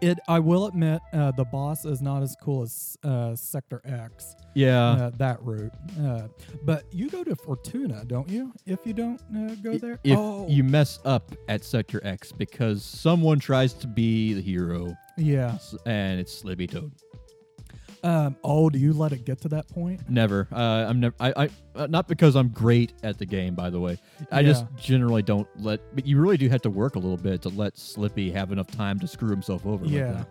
[SPEAKER 2] It. I will admit, uh, the boss is not as cool as uh, Sector X.
[SPEAKER 1] Yeah.
[SPEAKER 2] Uh, that route. Uh, but you go to Fortuna, don't you? If you don't uh, go there,
[SPEAKER 1] If
[SPEAKER 2] oh,
[SPEAKER 1] you mess up at Sector X because someone tries to be the hero
[SPEAKER 2] yeah.
[SPEAKER 1] s- and it's Libby Toad.
[SPEAKER 2] Um, oh, do you let it get to that point?
[SPEAKER 1] Never. Uh, I'm never. I. I uh, not because I'm great at the game, by the way. I just generally don't let. But you really do have to work a little bit to let Slippy have enough time to screw himself over. like
[SPEAKER 2] Yeah.
[SPEAKER 1] that.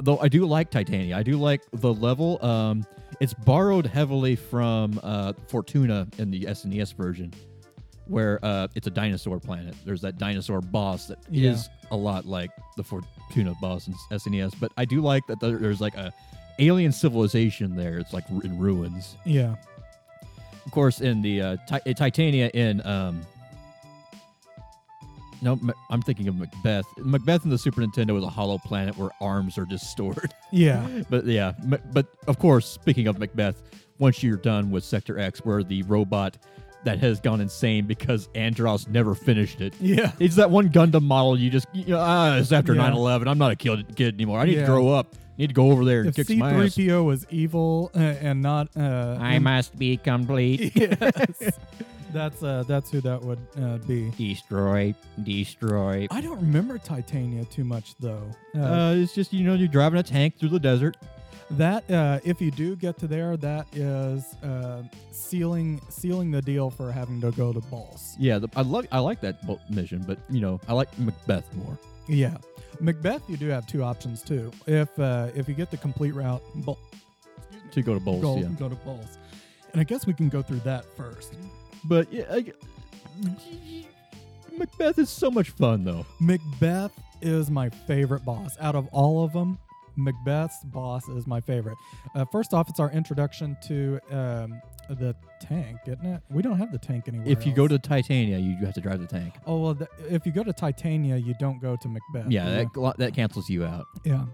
[SPEAKER 1] Though I do like Titania. I do like the level. Um, it's borrowed heavily from uh, Fortuna in the SNES version, where uh, it's a dinosaur planet. There's that dinosaur boss that is
[SPEAKER 2] Yeah.
[SPEAKER 1] a lot like the Fortuna boss in SNES. But I do like that there- there's like a alien civilization there. It's like in ruins
[SPEAKER 2] Yeah,
[SPEAKER 1] of course, in the uh, Ti- uh, Titania in um. No, Ma- I'm thinking of Macbeth. Macbeth in the Super Nintendo is a hollow planet where arms are just stored.
[SPEAKER 2] yeah,
[SPEAKER 1] But yeah, Ma- but of course, speaking of Macbeth, once you're done with Sector X, where the robot that has gone insane because Andros never finished it.
[SPEAKER 2] yeah.
[SPEAKER 1] It's that one Gundam model you just, you know, ah, it's after
[SPEAKER 2] Yeah.
[SPEAKER 1] 9 11. I'm not a kid, kid anymore. I need
[SPEAKER 2] Yeah.
[SPEAKER 1] to grow up. I need to go over there and
[SPEAKER 2] If
[SPEAKER 1] kick some ass.
[SPEAKER 2] C-3PO was evil uh, and not, uh,
[SPEAKER 1] must be complete.
[SPEAKER 2] yes. that's uh, that's who that would uh, be.
[SPEAKER 1] Destroy, destroy.
[SPEAKER 2] I don't remember Titania too much though. Uh,
[SPEAKER 1] Uh, it's just you know you're driving a tank through the desert.
[SPEAKER 2] that uh, if you do get to there, that is uh, sealing sealing the deal for having to go to balls.
[SPEAKER 1] Yeah, the, I love I like that bo- mission, but you know I like Macbeth more.
[SPEAKER 2] Yeah, Macbeth. You do have two options too. If uh, if you get the complete route, bo-
[SPEAKER 1] To go to bowls,
[SPEAKER 2] go,
[SPEAKER 1] yeah.
[SPEAKER 2] go to balls. And I guess we can go through that first.
[SPEAKER 1] But yeah, I, Macbeth is so much fun though.
[SPEAKER 2] Macbeth is my favorite boss. Out of all of them, Macbeth's boss is my favorite. Uh, first off, it's our introduction to um, the tank, isn't it? We don't have the tank anywhere.
[SPEAKER 1] If you go
[SPEAKER 2] else.
[SPEAKER 1] to Titania, you have to drive the tank.
[SPEAKER 2] oh well, th- if you go to Titania, you don't go to Macbeth.
[SPEAKER 1] Yeah,
[SPEAKER 2] you know?
[SPEAKER 1] that gl- that cancels you out.
[SPEAKER 2] Yeah.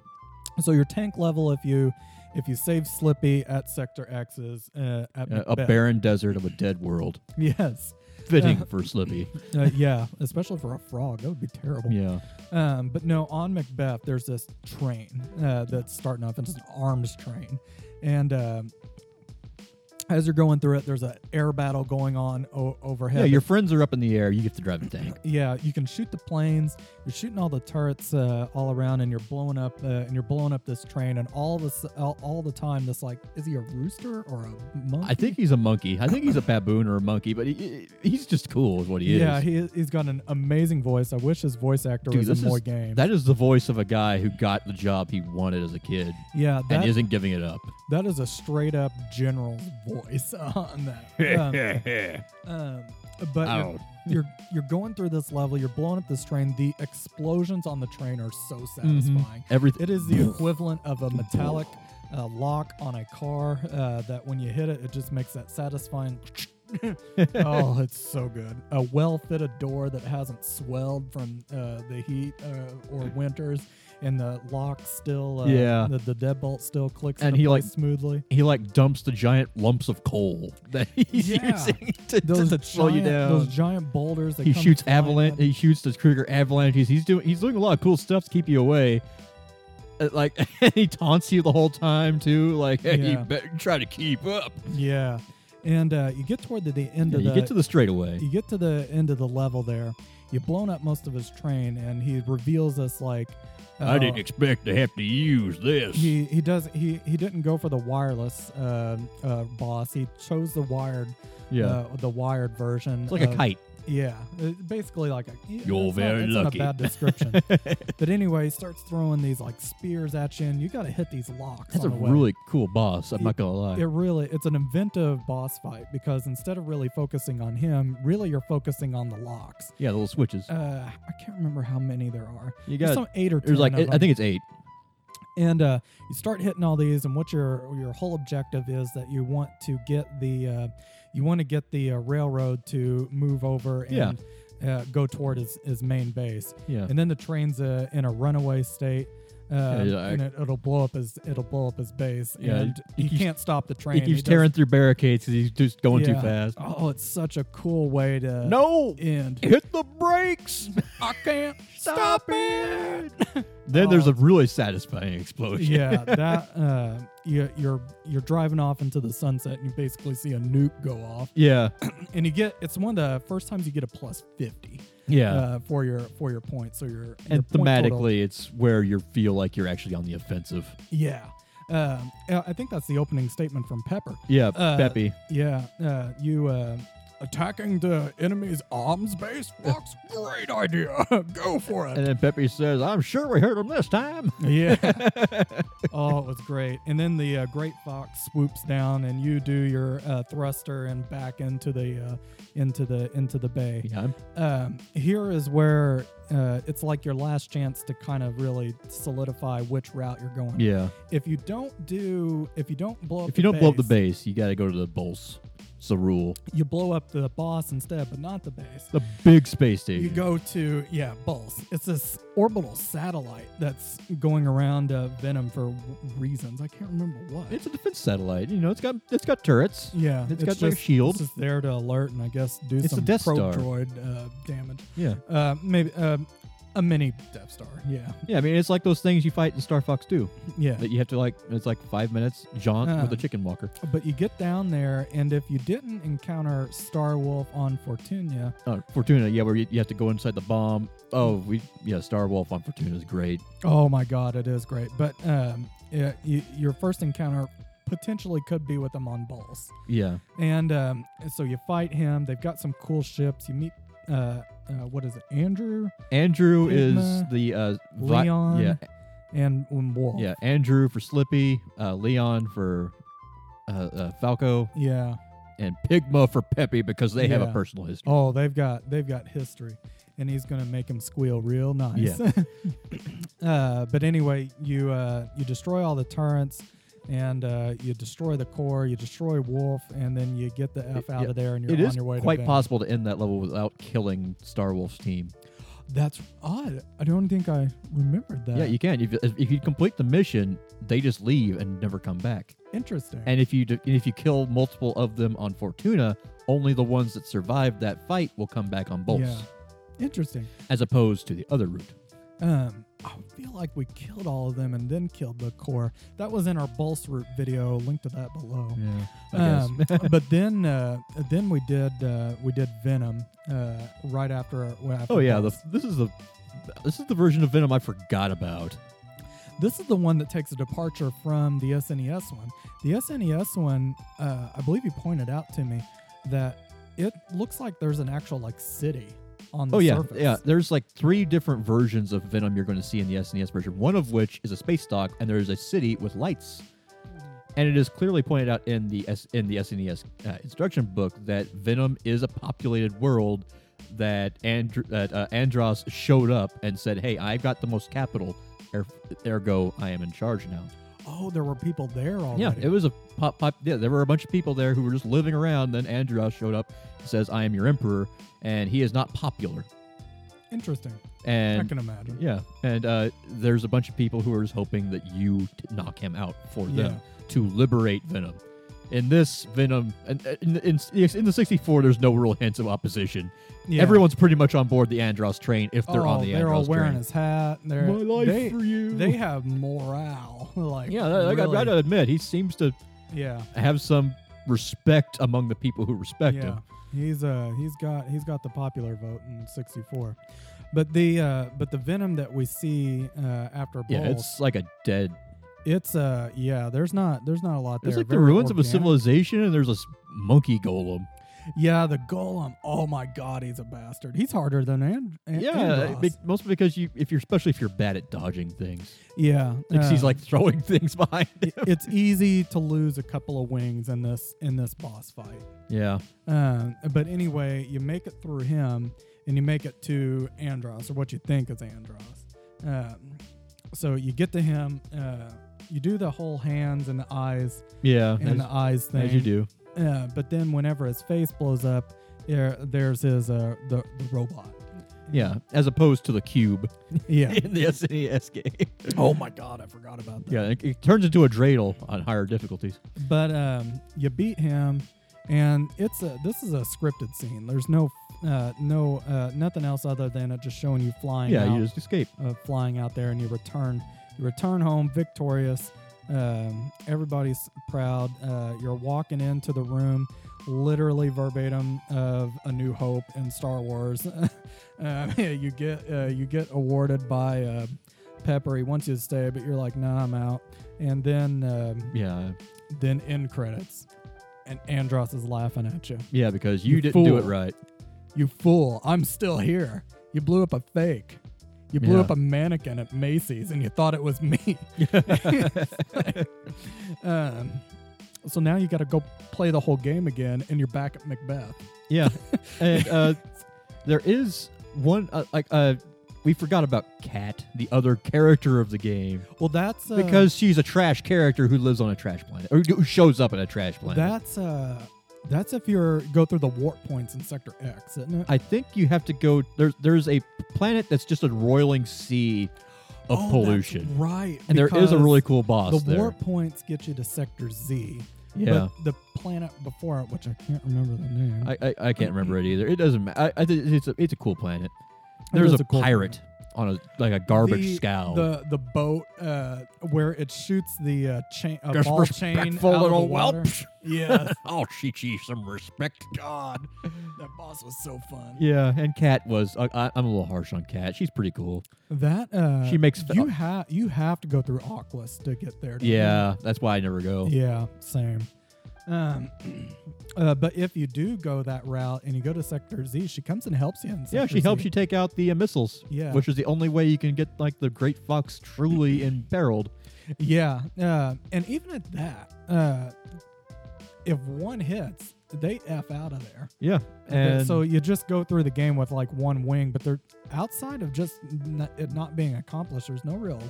[SPEAKER 2] So your tank level, if you if you save Slippy at Sector X, is uh, at
[SPEAKER 1] Uh, a
[SPEAKER 2] Macbeth.
[SPEAKER 1] barren desert of a dead world,
[SPEAKER 2] Yes.
[SPEAKER 1] fitting for Slippy.
[SPEAKER 2] Uh, yeah. Especially for a frog, that would be terrible.
[SPEAKER 1] Yeah,
[SPEAKER 2] Um, but no, on Macbeth, there's this train uh, that's starting off, and it's an arms train. And um, as you're going through it, there's an air battle going on o- overhead.
[SPEAKER 1] yeah. Your friends are up in the air. You get to drive the tank.
[SPEAKER 2] Yeah, you can shoot the planes. You're shooting all the turrets uh, all around, and you're blowing up. Uh, and you're blowing up this train, and all this all, all the time. This like, is he a rooster or a monkey?
[SPEAKER 1] I think he's a monkey. I think he's a baboon or a monkey, but he, he's just cool is what he is.
[SPEAKER 2] yeah, he, he's got an amazing voice. I wish his voice actor
[SPEAKER 1] Dude,
[SPEAKER 2] was
[SPEAKER 1] this
[SPEAKER 2] in more
[SPEAKER 1] is,
[SPEAKER 2] games.
[SPEAKER 1] that is the voice of a guy who got the job he wanted as a kid
[SPEAKER 2] yeah,
[SPEAKER 1] and
[SPEAKER 2] that,
[SPEAKER 1] isn't giving it up.
[SPEAKER 2] that is a straight up general's voice on that. Um, Um, but
[SPEAKER 1] Ow.
[SPEAKER 2] you're, you're you're going through this level. You're blowing up this train. The explosions on the train are so satisfying.
[SPEAKER 1] Everything.
[SPEAKER 2] It is the equivalent of a metallic uh, lock on a car uh, that when you hit it, it just makes that satisfying. oh, it's so good. A well fitted door that hasn't swelled from uh, the heat uh, or winters, and the lock still, uh,
[SPEAKER 1] Yeah.
[SPEAKER 2] the, the deadbolt still clicks
[SPEAKER 1] And
[SPEAKER 2] into
[SPEAKER 1] he, like,
[SPEAKER 2] place smoothly.
[SPEAKER 1] He like dumps the giant lumps of coal that he's
[SPEAKER 2] Yeah.
[SPEAKER 1] using to, to,
[SPEAKER 2] Those,
[SPEAKER 1] to slow you
[SPEAKER 2] giant,
[SPEAKER 1] down.
[SPEAKER 2] those giant boulders that
[SPEAKER 1] he
[SPEAKER 2] come
[SPEAKER 1] shoots
[SPEAKER 2] flying
[SPEAKER 1] avalanche.
[SPEAKER 2] up.
[SPEAKER 1] He shoots the Kruger avalanches. He's doing. He's doing a lot of cool stuff to keep you away. Uh, Like he taunts you the whole time too. Like hey, you
[SPEAKER 2] Yeah.
[SPEAKER 1] better try to keep up.
[SPEAKER 2] Yeah, and uh, you get toward the, the end
[SPEAKER 1] Yeah,
[SPEAKER 2] of
[SPEAKER 1] you
[SPEAKER 2] the,
[SPEAKER 1] get to the straightaway.
[SPEAKER 2] you get to the end of the level there. You've blown up most of his train, and he reveals us like uh,
[SPEAKER 1] expect to have to use this.
[SPEAKER 2] He he does he he didn't go for the wireless um uh, boss. He chose the wired
[SPEAKER 1] yeah,
[SPEAKER 2] uh, the wired version.
[SPEAKER 1] it's like
[SPEAKER 2] of-
[SPEAKER 1] a kite.
[SPEAKER 2] Yeah, it's basically like a. yeah,
[SPEAKER 1] You're
[SPEAKER 2] it's
[SPEAKER 1] very
[SPEAKER 2] not, it's
[SPEAKER 1] lucky.
[SPEAKER 2] Not a bad description. but anyway, he starts throwing these like spears at you, and you got to hit these locks.
[SPEAKER 1] That's a
[SPEAKER 2] on the way. er
[SPEAKER 1] really cool boss. I'm not gonna lie.
[SPEAKER 2] It really it's an inventive boss fight because instead of really focusing on him, really you're focusing on the locks.
[SPEAKER 1] yeah, the little switches.
[SPEAKER 2] Uh, I can't remember how many there are.
[SPEAKER 1] you
[SPEAKER 2] There's
[SPEAKER 1] got.
[SPEAKER 2] some eight or ten.
[SPEAKER 1] There's like
[SPEAKER 2] of
[SPEAKER 1] I
[SPEAKER 2] them.
[SPEAKER 1] think it's eight.
[SPEAKER 2] and uh, you start hitting all these, and what your your whole objective is that you want to get the uh, you want to get the uh, railroad to move over and
[SPEAKER 1] Yeah.
[SPEAKER 2] uh, go toward his, his main base,
[SPEAKER 1] Yeah.
[SPEAKER 2] and then the train's uh, in a runaway state. Uh,
[SPEAKER 1] yeah, I-
[SPEAKER 2] and it, it'll blow up his it'll blow up his base,
[SPEAKER 1] Yeah,
[SPEAKER 2] and
[SPEAKER 1] he
[SPEAKER 2] he
[SPEAKER 1] keeps-
[SPEAKER 2] can't stop the train.
[SPEAKER 1] He keeps
[SPEAKER 2] does-
[SPEAKER 1] tearing through barricades because he's just going too
[SPEAKER 2] Yeah.
[SPEAKER 1] fast.
[SPEAKER 2] Oh, it's such a cool way to
[SPEAKER 1] No,
[SPEAKER 2] end.
[SPEAKER 1] hit the brakes.
[SPEAKER 2] I can't
[SPEAKER 1] Stop it! then there's a
[SPEAKER 2] Uh,
[SPEAKER 1] really satisfying explosion.
[SPEAKER 2] yeah, that uh, you, you're you're driving off into the sunset, and you basically see a nuke go off,
[SPEAKER 1] Yeah.
[SPEAKER 2] and you get it's one of the first times you get a plus fifty
[SPEAKER 1] Yeah.
[SPEAKER 2] uh, for your for your points. So your your
[SPEAKER 1] and
[SPEAKER 2] point total-
[SPEAKER 1] thematically, it's where you feel like you're actually on the offensive.
[SPEAKER 2] yeah. Um, uh, I think that's the opening statement from Pepper.
[SPEAKER 1] Yeah,
[SPEAKER 2] Uh,
[SPEAKER 1] Peppy.
[SPEAKER 2] Yeah, uh, you uh, attacking the enemy's arms base. Fox, great idea. go for it.
[SPEAKER 1] And then Peppy says, I'm sure we heard him this time.
[SPEAKER 2] Yeah. oh, it was great. And then the uh, great fox swoops down, and you do your uh, thruster and back into the uh, into the into the bay.
[SPEAKER 1] Yeah.
[SPEAKER 2] Um, here is where uh, it's like your last chance to kind of really solidify which route you're going.
[SPEAKER 1] Yeah.
[SPEAKER 2] If you don't do, if you don't blow up,
[SPEAKER 1] If you
[SPEAKER 2] the
[SPEAKER 1] don't blow up the base, you got to go to the bolts. It's the rule.
[SPEAKER 2] you blow up the boss instead, but not the base.
[SPEAKER 1] The big space station.
[SPEAKER 2] You go to yeah, Bulse. It's this orbital satellite that's going around uh, Venom for w- reasons I can't remember what.
[SPEAKER 1] It's a defense satellite. You know, it's got it's got turrets.
[SPEAKER 2] Yeah,
[SPEAKER 1] It's got their shield.
[SPEAKER 2] It's just there to alert and I guess do
[SPEAKER 1] It's a
[SPEAKER 2] some
[SPEAKER 1] Death Star.
[SPEAKER 2] probe droid uh, damage.
[SPEAKER 1] Yeah.
[SPEAKER 2] Uh, maybe um, a mini Death Star. Yeah,
[SPEAKER 1] Yeah. I mean, it's like those things you fight in Star Fox 2
[SPEAKER 2] yeah.
[SPEAKER 1] that you have to like. It's like five minutes jaunt
[SPEAKER 2] Uh.
[SPEAKER 1] with a chicken walker.
[SPEAKER 2] But you get down there, and if you didn't encounter Star Wolf on Fortunia,
[SPEAKER 1] Uh, Fortuna. Yeah, where you, you have to go inside the bomb. Oh, we yeah. Star Wolf on Fortuna is great.
[SPEAKER 2] oh my God, it is great. But um, yeah, you, your first encounter potentially could be with him on Bulls.
[SPEAKER 1] Yeah.
[SPEAKER 2] And um, so you fight him. They've got some cool ships. You meet, uh, uh, what is it, Andrew
[SPEAKER 1] Andrew is
[SPEAKER 2] Kuzma,
[SPEAKER 1] the uh, vi-
[SPEAKER 2] Leon.
[SPEAKER 1] Yeah,
[SPEAKER 2] and um, Wolf.
[SPEAKER 1] yeah. Andrew for Slippy, uh, Leon for uh, uh, Falco,
[SPEAKER 2] Yeah.
[SPEAKER 1] and Pigma for Peppy because they have
[SPEAKER 2] Yeah.
[SPEAKER 1] a personal history.
[SPEAKER 2] Oh, they've got they've got history, and he's going to make him squeal real nice.
[SPEAKER 1] Yeah.
[SPEAKER 2] uh, but anyway, you uh, you destroy all the turrets. And uh, you destroy the core, you destroy Wolf, and then you get the f
[SPEAKER 1] It-
[SPEAKER 2] out
[SPEAKER 1] yeah.
[SPEAKER 2] of there, and you're
[SPEAKER 1] It
[SPEAKER 2] on
[SPEAKER 1] is
[SPEAKER 2] your way.
[SPEAKER 1] quite
[SPEAKER 2] to Venice.
[SPEAKER 1] possible to end that level without killing Star Wolf's team.
[SPEAKER 2] That's odd. I don't think I remembered that.
[SPEAKER 1] Yeah, you can. If, if if you complete the mission, they just leave and never come back.
[SPEAKER 2] Interesting.
[SPEAKER 1] And if you do, and if you kill multiple of them on Fortuna, only the ones that survived that fight will come back on Bolts,
[SPEAKER 2] Yeah. Interesting.
[SPEAKER 1] as opposed to the other route.
[SPEAKER 2] Um, I feel like we killed all of them and then killed the core. That was in our Bulse root video. Link to that below.
[SPEAKER 1] Yeah,
[SPEAKER 2] Um, but then, uh, then we did uh, we did Venom uh, right after. Well, after
[SPEAKER 1] oh yeah, the,
[SPEAKER 2] Bulse.
[SPEAKER 1] this is the this is the version of Venom I forgot about.
[SPEAKER 2] this is the one that takes a departure from the SNES one. The SNES one, uh, I believe you pointed out to me that it looks like there's an actual like city on the
[SPEAKER 1] Oh yeah,
[SPEAKER 2] surface.
[SPEAKER 1] yeah. There's like three different versions of Venom you're going to see in the SNES version. One of which is a space dock, and there is a city with lights. And it is clearly pointed out in the S- in the SNES uh, instruction book that Venom is a populated world that Andr- that uh, Andros showed up and said, "Hey, I've got the most capital, er- ergo I am in charge now."
[SPEAKER 2] Oh, there were people there already.
[SPEAKER 1] Yeah, it was a pop pop. Yeah, there were a bunch of people there who were just living around. Then Andros showed up and says, "I am your emperor," and he is not popular.
[SPEAKER 2] Interesting. I
[SPEAKER 1] And
[SPEAKER 2] can imagine.
[SPEAKER 1] yeah, and uh, there's a bunch of people who are just hoping that you t- knock him out for them to liberate Venom. In this Venom, and and- in, in, in the '64, there's no real hints of opposition.
[SPEAKER 2] Yeah.
[SPEAKER 1] Everyone's pretty much on board the Andros train if they're
[SPEAKER 2] oh,
[SPEAKER 1] on the
[SPEAKER 2] they're
[SPEAKER 1] Andros
[SPEAKER 2] all wearing
[SPEAKER 1] train.
[SPEAKER 2] his hat. They're, they,
[SPEAKER 1] you.
[SPEAKER 2] they have morale. like
[SPEAKER 1] yeah, I- I,
[SPEAKER 2] really,
[SPEAKER 1] gotta admit, he seems to
[SPEAKER 2] yeah,
[SPEAKER 1] have some respect among the people who respect
[SPEAKER 2] yeah.
[SPEAKER 1] him.
[SPEAKER 2] He's uh he's got he's got the popular vote in '64, but the uh but the venom that we see uh after
[SPEAKER 1] Yeah,
[SPEAKER 2] Bulls,
[SPEAKER 1] it's like a dead.
[SPEAKER 2] it's uh yeah there's not there's not a lot there.
[SPEAKER 1] It's like the
[SPEAKER 2] Very
[SPEAKER 1] ruins of a
[SPEAKER 2] organic.
[SPEAKER 1] civilization, and there's this monkey golem.
[SPEAKER 2] Yeah, the golem. Oh my god, he's a bastard. He's harder than and, and
[SPEAKER 1] Yeah,
[SPEAKER 2] Andross.
[SPEAKER 1] be- mostly because you, if you're especially if you're bad at dodging things,
[SPEAKER 2] yeah.
[SPEAKER 1] because he's
[SPEAKER 2] uh,
[SPEAKER 1] like throwing things behind.
[SPEAKER 2] it- it's easy to lose a couple of wings in this in this boss fight.
[SPEAKER 1] Yeah,
[SPEAKER 2] Um, but anyway, you make it through him, and you make it to Andros, or what you think is Andros. Um, so you get to him. Uh, you do the whole hands and the eyes
[SPEAKER 1] yeah,
[SPEAKER 2] and the eyes thing.
[SPEAKER 1] as you do.
[SPEAKER 2] Uh, but then whenever his face blows up, there there's his uh, the, the robot.
[SPEAKER 1] Yeah, as opposed to the cube
[SPEAKER 2] Yeah.
[SPEAKER 1] in the
[SPEAKER 2] E
[SPEAKER 1] SNES game.
[SPEAKER 2] oh my God, I forgot about that.
[SPEAKER 1] yeah, it, it turns into a dreidel on higher difficulties.
[SPEAKER 2] but um, you beat him, and it's a this is a scripted scene. There's no uh, no uh, nothing else other than it just showing you flying.
[SPEAKER 1] Yeah,
[SPEAKER 2] out,
[SPEAKER 1] you just escape.
[SPEAKER 2] uh, flying out there, and you return you return home victorious. Um, everybody's proud. Uh, you're walking into the room, literally verbatim of A New Hope and Star Wars. um, you get uh, you get awarded by uh, Pepper. He wants you to stay, but you're like, nah, I'm out. And then um,
[SPEAKER 1] Yeah,
[SPEAKER 2] then end credits, and Andros is laughing at you.
[SPEAKER 1] yeah, because you,
[SPEAKER 2] You
[SPEAKER 1] didn't do it
[SPEAKER 2] fool.
[SPEAKER 1] right.
[SPEAKER 2] You fool! I'm still here. You blew up a fake. You blew
[SPEAKER 1] Yeah.
[SPEAKER 2] up a mannequin at Macy's, and you thought it was me. um, so now you got to go play the whole game again, and you're back at Macbeth.
[SPEAKER 1] Yeah, and uh, there is one uh, like uh, we forgot about Cat, the other character of the game,
[SPEAKER 2] Well, that's uh,
[SPEAKER 1] because she's a trash character who lives on a trash planet or who shows up in a trash planet.
[SPEAKER 2] that's uh, that's if you're go through the warp points in Sector X, isn't it?
[SPEAKER 1] I think you have to go. There's there's a planet that's just a roiling sea of
[SPEAKER 2] Oh, that's
[SPEAKER 1] pollution,
[SPEAKER 2] right?
[SPEAKER 1] and there is a
[SPEAKER 2] because
[SPEAKER 1] really cool boss
[SPEAKER 2] The
[SPEAKER 1] there.
[SPEAKER 2] warp points get you to Sector Z.
[SPEAKER 1] yeah,
[SPEAKER 2] But the planet before it, which I can't remember the name.
[SPEAKER 1] I, I I can't remember it either. It doesn't matter. I, I think it's a it's a cool planet. There's
[SPEAKER 2] is
[SPEAKER 1] a,
[SPEAKER 2] a cool
[SPEAKER 1] pirate on a like a garbage
[SPEAKER 2] the,
[SPEAKER 1] scow.
[SPEAKER 2] The the boat uh, where it shoots the uh, chain, a ball chain out of
[SPEAKER 1] Disrespectful
[SPEAKER 2] the
[SPEAKER 1] little
[SPEAKER 2] water.
[SPEAKER 1] whelps.
[SPEAKER 2] Yes,
[SPEAKER 1] I'll teach you some respect.
[SPEAKER 2] God, that boss was so fun.
[SPEAKER 1] Yeah, and Kat was. uh, I I, I'm a little harsh on Kat. She's pretty cool.
[SPEAKER 2] That uh,
[SPEAKER 1] She makes-
[SPEAKER 2] you have you have to go through Aquas to get there. don't you?
[SPEAKER 1] Yeah, that's why I never go.
[SPEAKER 2] Yeah, same. Um, uh, but if you do go that route and you go to Sector Z, she comes and helps you. In
[SPEAKER 1] Yeah,
[SPEAKER 2] Sector
[SPEAKER 1] she helps
[SPEAKER 2] Z.
[SPEAKER 1] you take out the uh, missiles.
[SPEAKER 2] Yeah.
[SPEAKER 1] which is the only way you can get like the great fox truly imperiled.
[SPEAKER 2] Yeah, uh, and even at that, uh, if one hits, they f out of there.
[SPEAKER 1] Yeah,
[SPEAKER 2] And
[SPEAKER 1] and
[SPEAKER 2] so you just go through the game with like one wing, but they're outside of just not, it not being accomplished. There's no real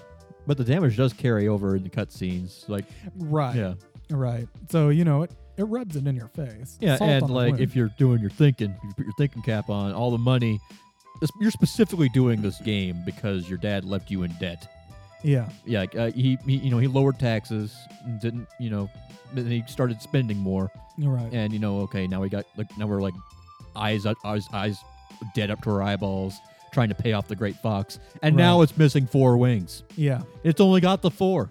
[SPEAKER 1] but the damage does carry over in the cutscenes. Like
[SPEAKER 2] right,
[SPEAKER 1] yeah,
[SPEAKER 2] right. So you know it it rubs it in your face.
[SPEAKER 1] yeah,
[SPEAKER 2] Salt on
[SPEAKER 1] and
[SPEAKER 2] the
[SPEAKER 1] like
[SPEAKER 2] wound.
[SPEAKER 1] if you're doing your thinking, you put your thinking cap on. All the money, this- you're specifically doing this game because your dad left you in debt.
[SPEAKER 2] yeah,
[SPEAKER 1] Yeah, like, uh, he, he you know he lowered taxes, and didn't you know, then he started spending more,
[SPEAKER 2] you're right,
[SPEAKER 1] and you know okay now we got like now we're like eyes up- eyes eyes dead up to our eyeballs trying to pay off the great fox, and now
[SPEAKER 2] Right.
[SPEAKER 1] it's missing four wings.
[SPEAKER 2] yeah,
[SPEAKER 1] It's only got the four.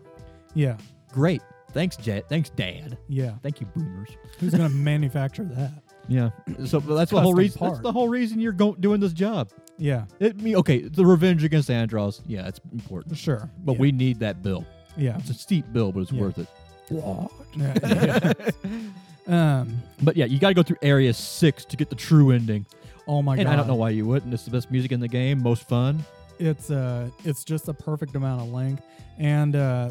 [SPEAKER 2] yeah,
[SPEAKER 1] Great. Thanks, Jet. Thanks, Dad.
[SPEAKER 2] yeah.
[SPEAKER 1] Thank you, boomers.
[SPEAKER 2] Who's gonna manufacture that?
[SPEAKER 1] Yeah. So but that's the whole
[SPEAKER 2] Custom
[SPEAKER 1] reason. That's
[SPEAKER 2] part.
[SPEAKER 1] the whole reason you're go- doing this job.
[SPEAKER 2] Yeah,
[SPEAKER 1] It me okay. The revenge against Andros. Yeah, it's important.
[SPEAKER 2] sure.
[SPEAKER 1] But
[SPEAKER 2] yeah.
[SPEAKER 1] we need that bill.
[SPEAKER 2] yeah.
[SPEAKER 1] It's a steep bill, but it's
[SPEAKER 2] Yeah.
[SPEAKER 1] worth it.
[SPEAKER 2] Yeah, yeah. um.
[SPEAKER 1] But yeah, you got to go through Area Six to get the true ending.
[SPEAKER 2] Oh my
[SPEAKER 1] and
[SPEAKER 2] god.
[SPEAKER 1] I don't know why you wouldn't. It's the best music in the game, most fun.
[SPEAKER 2] it's uh it's just a perfect amount of length and uh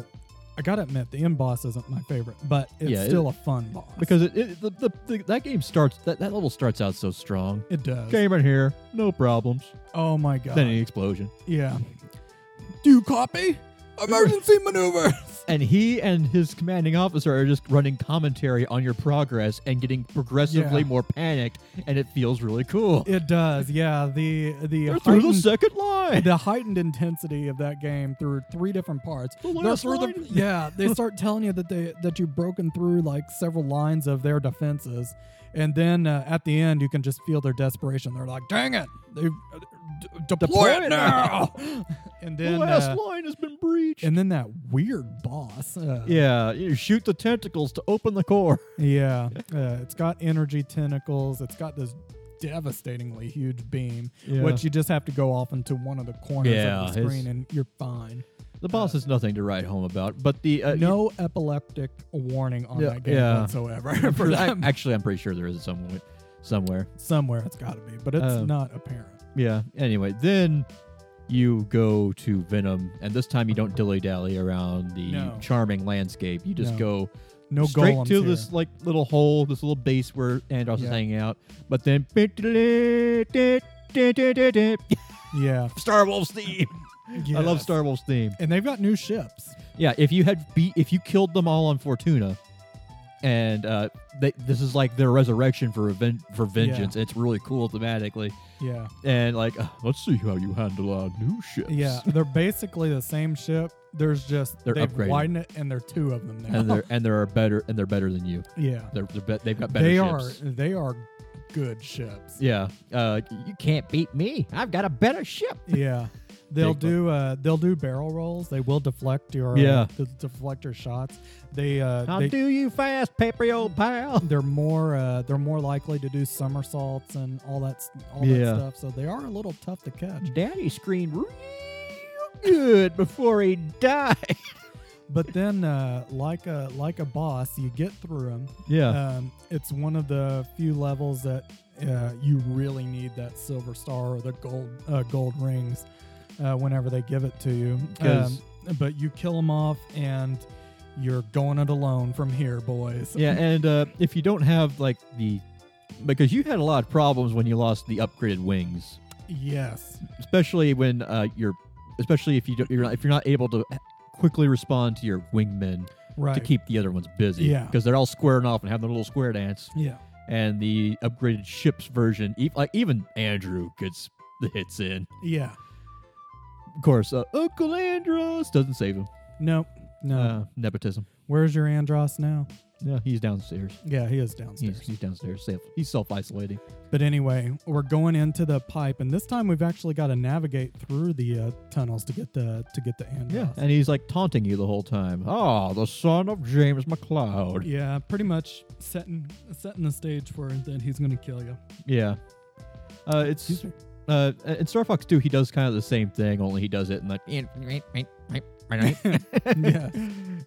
[SPEAKER 2] i gotta admit the end boss isn't my favorite but it's
[SPEAKER 1] Yeah, it-
[SPEAKER 2] still a fun boss
[SPEAKER 1] Because it, it the, the, the that game starts that, that level starts out so strong.
[SPEAKER 2] it does
[SPEAKER 1] Came in here, no problems.
[SPEAKER 2] oh my god
[SPEAKER 1] Then an explosion.
[SPEAKER 2] yeah do you copy emergency maneuvers
[SPEAKER 1] And he and his commanding officer are just running commentary on your progress and getting progressively
[SPEAKER 2] Yeah.
[SPEAKER 1] more panicked, and it feels really cool.
[SPEAKER 2] it does yeah the the
[SPEAKER 1] They're through the
[SPEAKER 2] heightened,
[SPEAKER 1] second line.
[SPEAKER 2] the heightened intensity of that game through three different parts
[SPEAKER 1] The
[SPEAKER 2] They're
[SPEAKER 1] last
[SPEAKER 2] through the-
[SPEAKER 1] line.
[SPEAKER 2] yeah, they start telling you that they that you've broken through like several lines of their defenses, and then uh, at the end you can just feel their desperation. They're like, "Dang it, they uh, d- deploy,
[SPEAKER 1] Deploy
[SPEAKER 2] it
[SPEAKER 1] it
[SPEAKER 2] now!" and
[SPEAKER 1] The
[SPEAKER 2] then
[SPEAKER 1] last
[SPEAKER 2] uh,
[SPEAKER 1] line has been breached.
[SPEAKER 2] and then that weird boss. Uh,
[SPEAKER 1] yeah, you shoot the tentacles to open the core.
[SPEAKER 2] yeah. Uh, it's got energy tentacles. It's got this devastatingly huge beam,
[SPEAKER 1] Yeah.
[SPEAKER 2] which you just have to go off into one of the corners
[SPEAKER 1] Yeah,
[SPEAKER 2] of the
[SPEAKER 1] his-
[SPEAKER 2] screen, and you're fine.
[SPEAKER 1] The boss is nothing to write home about, but the uh,
[SPEAKER 2] no epileptic warning on
[SPEAKER 1] Yeah,
[SPEAKER 2] that game
[SPEAKER 1] yeah.
[SPEAKER 2] whatsoever.
[SPEAKER 1] you-
[SPEAKER 2] for
[SPEAKER 1] I-
[SPEAKER 2] that
[SPEAKER 1] actually, I'm pretty sure there is somewhere. Somewhere.
[SPEAKER 2] somewhere it's got to be, but it's
[SPEAKER 1] Um,
[SPEAKER 2] not apparent.
[SPEAKER 1] Yeah. Anyway, then you go to Venom, and this time you don't dilly dally around the
[SPEAKER 2] No.
[SPEAKER 1] charming landscape. You just
[SPEAKER 2] No.
[SPEAKER 1] go
[SPEAKER 2] No
[SPEAKER 1] straight
[SPEAKER 2] golems
[SPEAKER 1] to
[SPEAKER 2] here.
[SPEAKER 1] this like little hole, this little base where Andros
[SPEAKER 2] Yeah.
[SPEAKER 1] is hanging out. But then Star
[SPEAKER 2] Yeah,
[SPEAKER 1] Wolf's theme. I love
[SPEAKER 2] yes.
[SPEAKER 1] Star Wolf's theme.
[SPEAKER 2] And they've got new ships.
[SPEAKER 1] Yeah, if you had beat, if you killed them all on Fortuna, and uh, they, this is like their resurrection for reven- for vengeance. It's really cool thematically,
[SPEAKER 2] Yeah,
[SPEAKER 1] and like uh, let's see how you handle our new ships.
[SPEAKER 2] yeah. They're basically the same ship. There's just
[SPEAKER 1] They're
[SPEAKER 2] they've
[SPEAKER 1] upgraded.
[SPEAKER 2] widened it, and there are two of them now.
[SPEAKER 1] and they're and they're better and they're better than you.
[SPEAKER 2] yeah,
[SPEAKER 1] They're, they're be- they've got better
[SPEAKER 2] they are
[SPEAKER 1] ships.
[SPEAKER 2] they are good ships.
[SPEAKER 1] Yeah, uh, you can't beat me. I've got a better ship.
[SPEAKER 2] Yeah. They'll
[SPEAKER 1] Big one.
[SPEAKER 2] do uh, they'll do barrel rolls. They will deflect your
[SPEAKER 1] Yeah.
[SPEAKER 2] uh, the deflector shots. They uh,
[SPEAKER 1] I'll
[SPEAKER 2] they,
[SPEAKER 1] do you fast, papery old pal.
[SPEAKER 2] they're more uh, they're more likely to do somersaults and all that s- all
[SPEAKER 1] Yeah.
[SPEAKER 2] that stuff. So they are a little tough to catch.
[SPEAKER 1] Daddy screamed real good before he died.
[SPEAKER 2] But then, uh, like a like a boss, you get through them.
[SPEAKER 1] Yeah,
[SPEAKER 2] Um, it's one of the few levels that uh, you really need that silver star or the gold uh, gold rings uh, whenever they give it to you.
[SPEAKER 1] 'Cause-
[SPEAKER 2] Um, but you kill them off and. You're going it alone from here, boys.
[SPEAKER 1] Yeah, and uh, if you don't have like the because you had a lot of problems when you lost the upgraded wings,
[SPEAKER 2] Yes.
[SPEAKER 1] especially when uh, you're especially if you don't, you're not, if you're not able to eh, quickly respond to your wingmen
[SPEAKER 2] Right.
[SPEAKER 1] to keep the other ones busy.
[SPEAKER 2] Yeah.
[SPEAKER 1] because they're all squaring off and having their little square dance.
[SPEAKER 2] yeah.
[SPEAKER 1] And the upgraded ships version, e- like even Andrew gets the hits in.
[SPEAKER 2] Yeah.
[SPEAKER 1] Of course, uh, Uncle Andros doesn't save him.
[SPEAKER 2] No. No.
[SPEAKER 1] Uh, nepotism.
[SPEAKER 2] Where's your Andros now?
[SPEAKER 1] Yeah, he's downstairs.
[SPEAKER 2] Yeah, he is
[SPEAKER 1] He's,
[SPEAKER 2] downstairs.
[SPEAKER 1] he's downstairs. Self- He's self isolating.
[SPEAKER 2] But anyway, we're going into the pipe, and this time we've actually got to navigate through the uh, tunnels to get the to get the Andros.
[SPEAKER 1] Yeah, and he's like taunting you the whole time. Ah, the son of James McLeod.
[SPEAKER 2] Yeah, pretty much setting setting the stage for that he's gonna kill you.
[SPEAKER 1] Yeah, uh, it's
[SPEAKER 2] Excuse me.
[SPEAKER 1] uh, in Star Fox 2, he does kind of the same thing, only he does it in like
[SPEAKER 2] yes.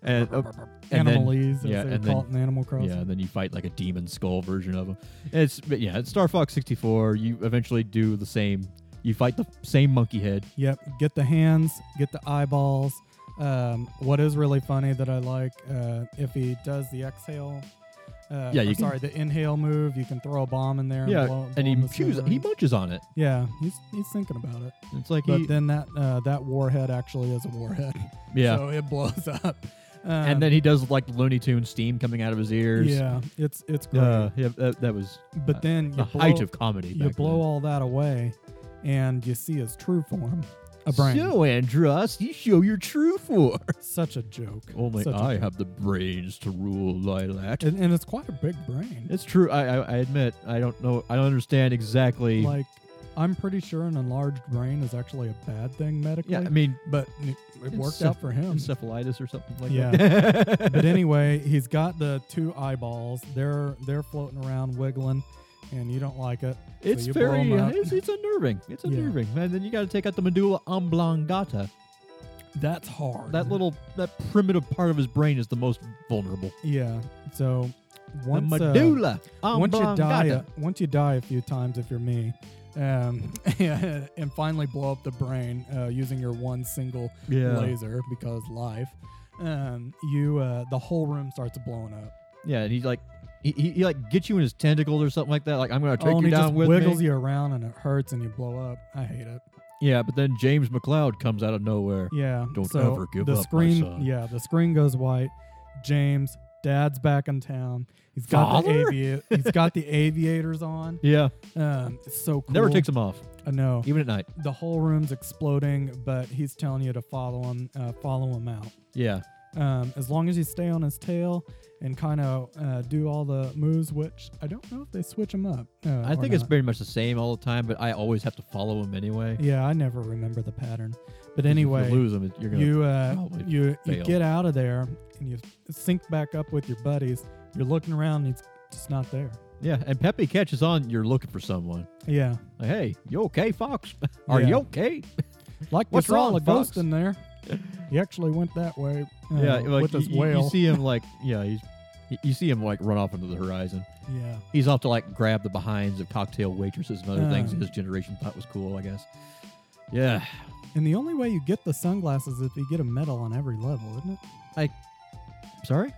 [SPEAKER 1] and uh, and then-
[SPEAKER 2] Animalese,
[SPEAKER 1] yeah,
[SPEAKER 2] as they
[SPEAKER 1] and
[SPEAKER 2] call
[SPEAKER 1] then-
[SPEAKER 2] it in Animal Crossing.
[SPEAKER 1] yeah, and then you fight like a demon skull version of him. It's but yeah, it's Star Fox 64. You eventually do the same. You fight the same monkey head.
[SPEAKER 2] Yep. Get the hands, get the eyeballs. Um, what is really funny that I like, uh, if he does the exhale, Uh,
[SPEAKER 1] Yeah,
[SPEAKER 2] or
[SPEAKER 1] you can-
[SPEAKER 2] sorry, the inhale move. You can throw a bomb in there.
[SPEAKER 1] yeah,
[SPEAKER 2] and, blow, blow
[SPEAKER 1] and he
[SPEAKER 2] him with
[SPEAKER 1] chews,
[SPEAKER 2] silver.
[SPEAKER 1] he munches on it.
[SPEAKER 2] yeah, he's he's thinking about it.
[SPEAKER 1] It's like
[SPEAKER 2] But
[SPEAKER 1] he,
[SPEAKER 2] then that uh, that warhead actually is a warhead.
[SPEAKER 1] yeah,
[SPEAKER 2] so it blows up. Um,
[SPEAKER 1] and then he does like Looney Tune steam coming out of his ears.
[SPEAKER 2] yeah, it's it's great.
[SPEAKER 1] Uh, yeah, that, that was
[SPEAKER 2] but then
[SPEAKER 1] uh, the
[SPEAKER 2] you blow,
[SPEAKER 1] height of comedy.
[SPEAKER 2] you
[SPEAKER 1] back
[SPEAKER 2] blow
[SPEAKER 1] then.
[SPEAKER 2] all that away, and you see his true form, a brain.
[SPEAKER 1] So, Andros, you show your true form.
[SPEAKER 2] Such a joke.
[SPEAKER 1] Only
[SPEAKER 2] Such a
[SPEAKER 1] I
[SPEAKER 2] joke.
[SPEAKER 1] have the brains to rule Lilac.
[SPEAKER 2] And, and it's quite a big brain.
[SPEAKER 1] It's true. I, I I admit I don't know. I don't understand exactly.
[SPEAKER 2] like I'm pretty sure an enlarged brain is actually a bad thing medically.
[SPEAKER 1] yeah, I mean
[SPEAKER 2] but it, it worked
[SPEAKER 1] Encep-
[SPEAKER 2] out for him.
[SPEAKER 1] encephalitis or something like
[SPEAKER 2] Yeah.
[SPEAKER 1] that.
[SPEAKER 2] but anyway, he's got the two eyeballs. They're they're floating around wiggling, and you don't like it. so
[SPEAKER 1] it's
[SPEAKER 2] you blow 'em
[SPEAKER 1] very
[SPEAKER 2] up.
[SPEAKER 1] it's, it's unnerving. It's
[SPEAKER 2] Yeah.
[SPEAKER 1] unnerving. And then you got to take out the medulla oblongata.
[SPEAKER 2] That's hard.
[SPEAKER 1] That little that primitive part of his brain is the most vulnerable.
[SPEAKER 2] yeah. So once
[SPEAKER 1] the
[SPEAKER 2] uh,
[SPEAKER 1] medulla
[SPEAKER 2] once you die, uh,
[SPEAKER 1] oblongata.
[SPEAKER 2] once you die a few times, if you're me, um, and finally blow up the brain uh, using your one single
[SPEAKER 1] yeah.
[SPEAKER 2] laser because life. Um, you uh, the whole room starts blowing up.
[SPEAKER 1] Yeah, and he's like he, he, he like gets you in his tentacles or something like that. Like I'm gonna take
[SPEAKER 2] oh, and
[SPEAKER 1] you
[SPEAKER 2] he
[SPEAKER 1] down
[SPEAKER 2] just
[SPEAKER 1] with
[SPEAKER 2] wiggles
[SPEAKER 1] me.
[SPEAKER 2] you around and it hurts and you blow up. I hate it.
[SPEAKER 1] Yeah, but then James McLeod comes out of nowhere.
[SPEAKER 2] Yeah.
[SPEAKER 1] Don't
[SPEAKER 2] so
[SPEAKER 1] ever give
[SPEAKER 2] the
[SPEAKER 1] up, my
[SPEAKER 2] screen,
[SPEAKER 1] son.
[SPEAKER 2] Yeah, the screen goes white. James, dad's back in town. He's got
[SPEAKER 1] Father?
[SPEAKER 2] the avi- he's got the aviators on.
[SPEAKER 1] Yeah,
[SPEAKER 2] Um, it's so cool.
[SPEAKER 1] never takes him off,
[SPEAKER 2] I know.
[SPEAKER 1] even at night.
[SPEAKER 2] The whole room's exploding, but he's telling you to follow him, uh, follow him out.
[SPEAKER 1] Yeah,
[SPEAKER 2] Um, as long as you stay on his tail and kind of uh, do all the moves, which I don't know if they switch him up. Uh,
[SPEAKER 1] I
[SPEAKER 2] or
[SPEAKER 1] think
[SPEAKER 2] not.
[SPEAKER 1] it's pretty much the same all the time, but I always have to follow him anyway. 'Cause
[SPEAKER 2] Yeah, I never remember the pattern.
[SPEAKER 1] if
[SPEAKER 2] But
[SPEAKER 1] you
[SPEAKER 2] anyway,
[SPEAKER 1] lose him, you're gonna.
[SPEAKER 2] you uh,
[SPEAKER 1] probably
[SPEAKER 2] you you
[SPEAKER 1] fail.
[SPEAKER 2] get out of there and you sync back up with your buddies. You're looking around and it's just not there.
[SPEAKER 1] yeah, and Pepe catches on. You're looking for someone.
[SPEAKER 2] Yeah,
[SPEAKER 1] Like, hey, you okay, Fox? Are
[SPEAKER 2] Yeah.
[SPEAKER 1] you okay?
[SPEAKER 2] like
[SPEAKER 1] What's
[SPEAKER 2] you saw
[SPEAKER 1] wrong,
[SPEAKER 2] a ghost
[SPEAKER 1] Fox?
[SPEAKER 2] in there. He actually went that way. uh,
[SPEAKER 1] yeah, like
[SPEAKER 2] with
[SPEAKER 1] you,
[SPEAKER 2] his
[SPEAKER 1] you- you
[SPEAKER 2] whale.
[SPEAKER 1] see him like yeah, he's you- you see him like run off into the horizon.
[SPEAKER 2] yeah,
[SPEAKER 1] He's off to like grab the behinds of cocktail waitresses and other things
[SPEAKER 2] Um.
[SPEAKER 1] his generation thought was cool, I guess. Yeah,
[SPEAKER 2] and the only way you get the sunglasses is if you get a medal on every level, isn't it?
[SPEAKER 1] sorry,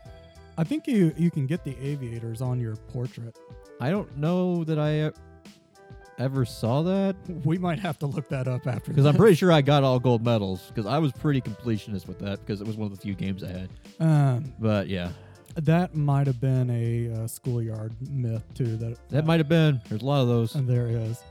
[SPEAKER 2] I think you you can get the aviators on your portrait.
[SPEAKER 1] I don't know that I uh, ever saw that
[SPEAKER 2] We might have to look that up after
[SPEAKER 1] because I'm
[SPEAKER 2] this.
[SPEAKER 1] pretty sure I got all gold medals because I was pretty completionist with that because it was one of the few games I had.
[SPEAKER 2] Um,
[SPEAKER 1] But yeah,
[SPEAKER 2] that might have been a uh, schoolyard myth too. That
[SPEAKER 1] that might have been. There's a lot of those.
[SPEAKER 2] And There is.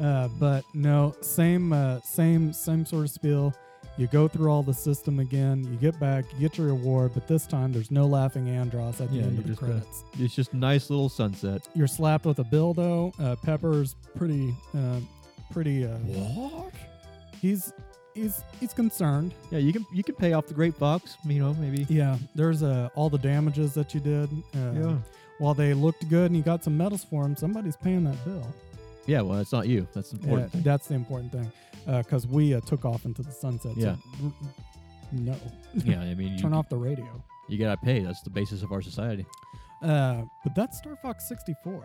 [SPEAKER 2] Uh, but no, same, uh, same, same sort of spiel. You go through all the system again. You get back, you get your award, but this time there's no laughing Andros at the
[SPEAKER 1] Yeah,
[SPEAKER 2] end
[SPEAKER 1] you
[SPEAKER 2] of the
[SPEAKER 1] just gotta-
[SPEAKER 2] credits.
[SPEAKER 1] It's just nice little sunset.
[SPEAKER 2] You're slapped with a dildo. Uh, Pepper's pretty, uh, pretty. Uh,
[SPEAKER 1] What?
[SPEAKER 2] he's he's he's concerned.
[SPEAKER 1] Yeah, you can you can pay off the great fox. You know, maybe.
[SPEAKER 2] Yeah, there's uh, all the damages that you did. Uh,
[SPEAKER 1] Yeah.
[SPEAKER 2] While they looked good and you got some medals for him, somebody's paying that bill.
[SPEAKER 1] Yeah. Well, that's not you. That's
[SPEAKER 2] Yeah,
[SPEAKER 1] important.
[SPEAKER 2] that's the important thing, because we uh, took off into the sunset.
[SPEAKER 1] Yeah.
[SPEAKER 2] So, r- no,
[SPEAKER 1] yeah. I mean, you,
[SPEAKER 2] turn off the radio.
[SPEAKER 1] You gotta pay. That's the basis of our society.
[SPEAKER 2] Uh, but that's Star Fox 64.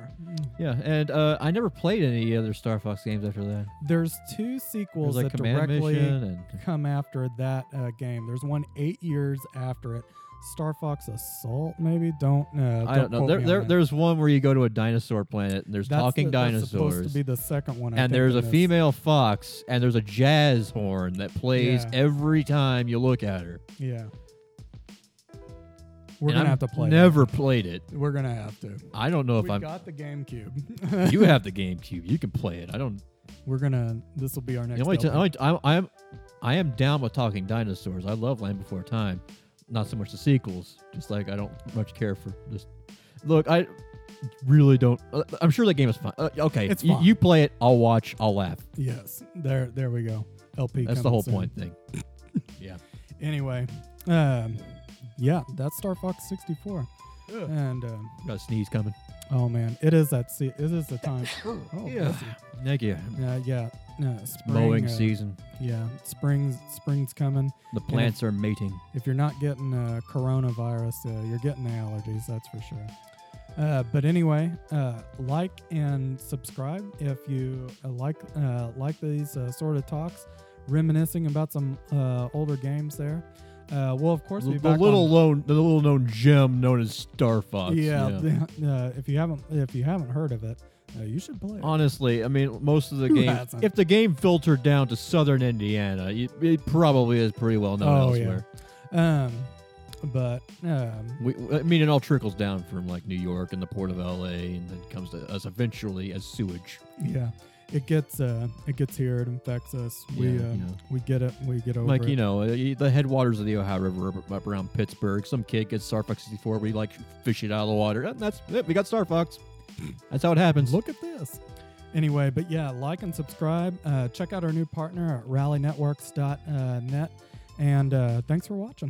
[SPEAKER 1] Yeah, and uh, I never played any other Star Fox games after that.
[SPEAKER 2] There's two sequels
[SPEAKER 1] There's like
[SPEAKER 2] that
[SPEAKER 1] Command
[SPEAKER 2] directly
[SPEAKER 1] Mission and
[SPEAKER 2] come after that uh, game. There's one eight years after it. Star Fox Assault, maybe. Don't. Uh,
[SPEAKER 1] I don't know.
[SPEAKER 2] quote
[SPEAKER 1] There,
[SPEAKER 2] me on
[SPEAKER 1] there,
[SPEAKER 2] that.
[SPEAKER 1] there's one where you go to a dinosaur planet and there's
[SPEAKER 2] That's
[SPEAKER 1] talking
[SPEAKER 2] the- That's supposed
[SPEAKER 1] dinosaurs.
[SPEAKER 2] to be the second one. I
[SPEAKER 1] and
[SPEAKER 2] think,
[SPEAKER 1] there's
[SPEAKER 2] in
[SPEAKER 1] a
[SPEAKER 2] this.
[SPEAKER 1] female fox and there's a jazz horn that plays
[SPEAKER 2] Yeah.
[SPEAKER 1] every time you look at her.
[SPEAKER 2] Yeah. We're
[SPEAKER 1] And
[SPEAKER 2] gonna
[SPEAKER 1] I've
[SPEAKER 2] have to play. that.
[SPEAKER 1] Never played it.
[SPEAKER 2] We're gonna have to.
[SPEAKER 1] I don't know if
[SPEAKER 2] We've
[SPEAKER 1] I'm.
[SPEAKER 2] got the GameCube.
[SPEAKER 1] you have the GameCube. You can play it. I don't.
[SPEAKER 2] We're gonna. This will be our next.
[SPEAKER 1] The only ti-
[SPEAKER 2] LP.
[SPEAKER 1] only ti- I'm, I'm, I am down with talking dinosaurs. I love Land Before Time. Not so much the sequels. Just like I don't much care for just. Look, I really don't. uh, I'm sure that game is fine. Uh, okay,
[SPEAKER 2] It's
[SPEAKER 1] you-
[SPEAKER 2] fine.
[SPEAKER 1] you play it. I'll watch. I'll laugh.
[SPEAKER 2] yes, there, there we go. LP.
[SPEAKER 1] That's the
[SPEAKER 2] coming
[SPEAKER 1] whole
[SPEAKER 2] soon.
[SPEAKER 1] point thing. yeah.
[SPEAKER 2] Anyway, um, yeah, that's Star Fox 64, and um,
[SPEAKER 1] Got a sneeze coming.
[SPEAKER 2] oh man, it is that. Se- it is the time. Oh,
[SPEAKER 1] Yeah. Thank you.
[SPEAKER 2] yeah, uh, yeah. Uh, spring,
[SPEAKER 1] Mowing
[SPEAKER 2] uh,
[SPEAKER 1] season.
[SPEAKER 2] Yeah, spring's spring's coming.
[SPEAKER 1] The plants are mating.
[SPEAKER 2] If you're not getting uh, coronavirus, uh, you're getting allergies. That's for sure. Uh, but anyway, uh, like and subscribe if you uh, like uh, like these uh, sort of talks, reminiscing about some uh, older games. There, Uh, well, of course,
[SPEAKER 1] The,
[SPEAKER 2] be
[SPEAKER 1] the
[SPEAKER 2] back
[SPEAKER 1] little
[SPEAKER 2] on-
[SPEAKER 1] known, the little known gem known as Star Fox.
[SPEAKER 2] yeah. Uh, if you haven't, if you haven't heard of it, uh, you should play it.
[SPEAKER 1] Honestly, I mean, most of the
[SPEAKER 2] Who
[SPEAKER 1] game,
[SPEAKER 2] hasn't?
[SPEAKER 1] if the game filtered down to Southern Indiana, it, it probably is pretty well known
[SPEAKER 2] Oh, yeah.
[SPEAKER 1] elsewhere.
[SPEAKER 2] Um, but um,
[SPEAKER 1] We, I mean, it all trickles down from like New York and the port of LA, and then comes to us eventually as sewage.
[SPEAKER 2] yeah, it gets uh, it gets here. It infects us. We
[SPEAKER 1] Yeah,
[SPEAKER 2] uh,
[SPEAKER 1] yeah.
[SPEAKER 2] we get it. We get over
[SPEAKER 1] like
[SPEAKER 2] it.
[SPEAKER 1] you know, uh, y- the headwaters of the Ohio River up, up around Pittsburgh. Some kid gets Star Fox 64. We like fish it out of the water. Uh, That's it. We got Star Fox. That's how it happens.
[SPEAKER 2] Look at this. Anyway, but yeah, like and subscribe. Uh, check out our new partner at rallynetworks.net. And uh, thanks for watching.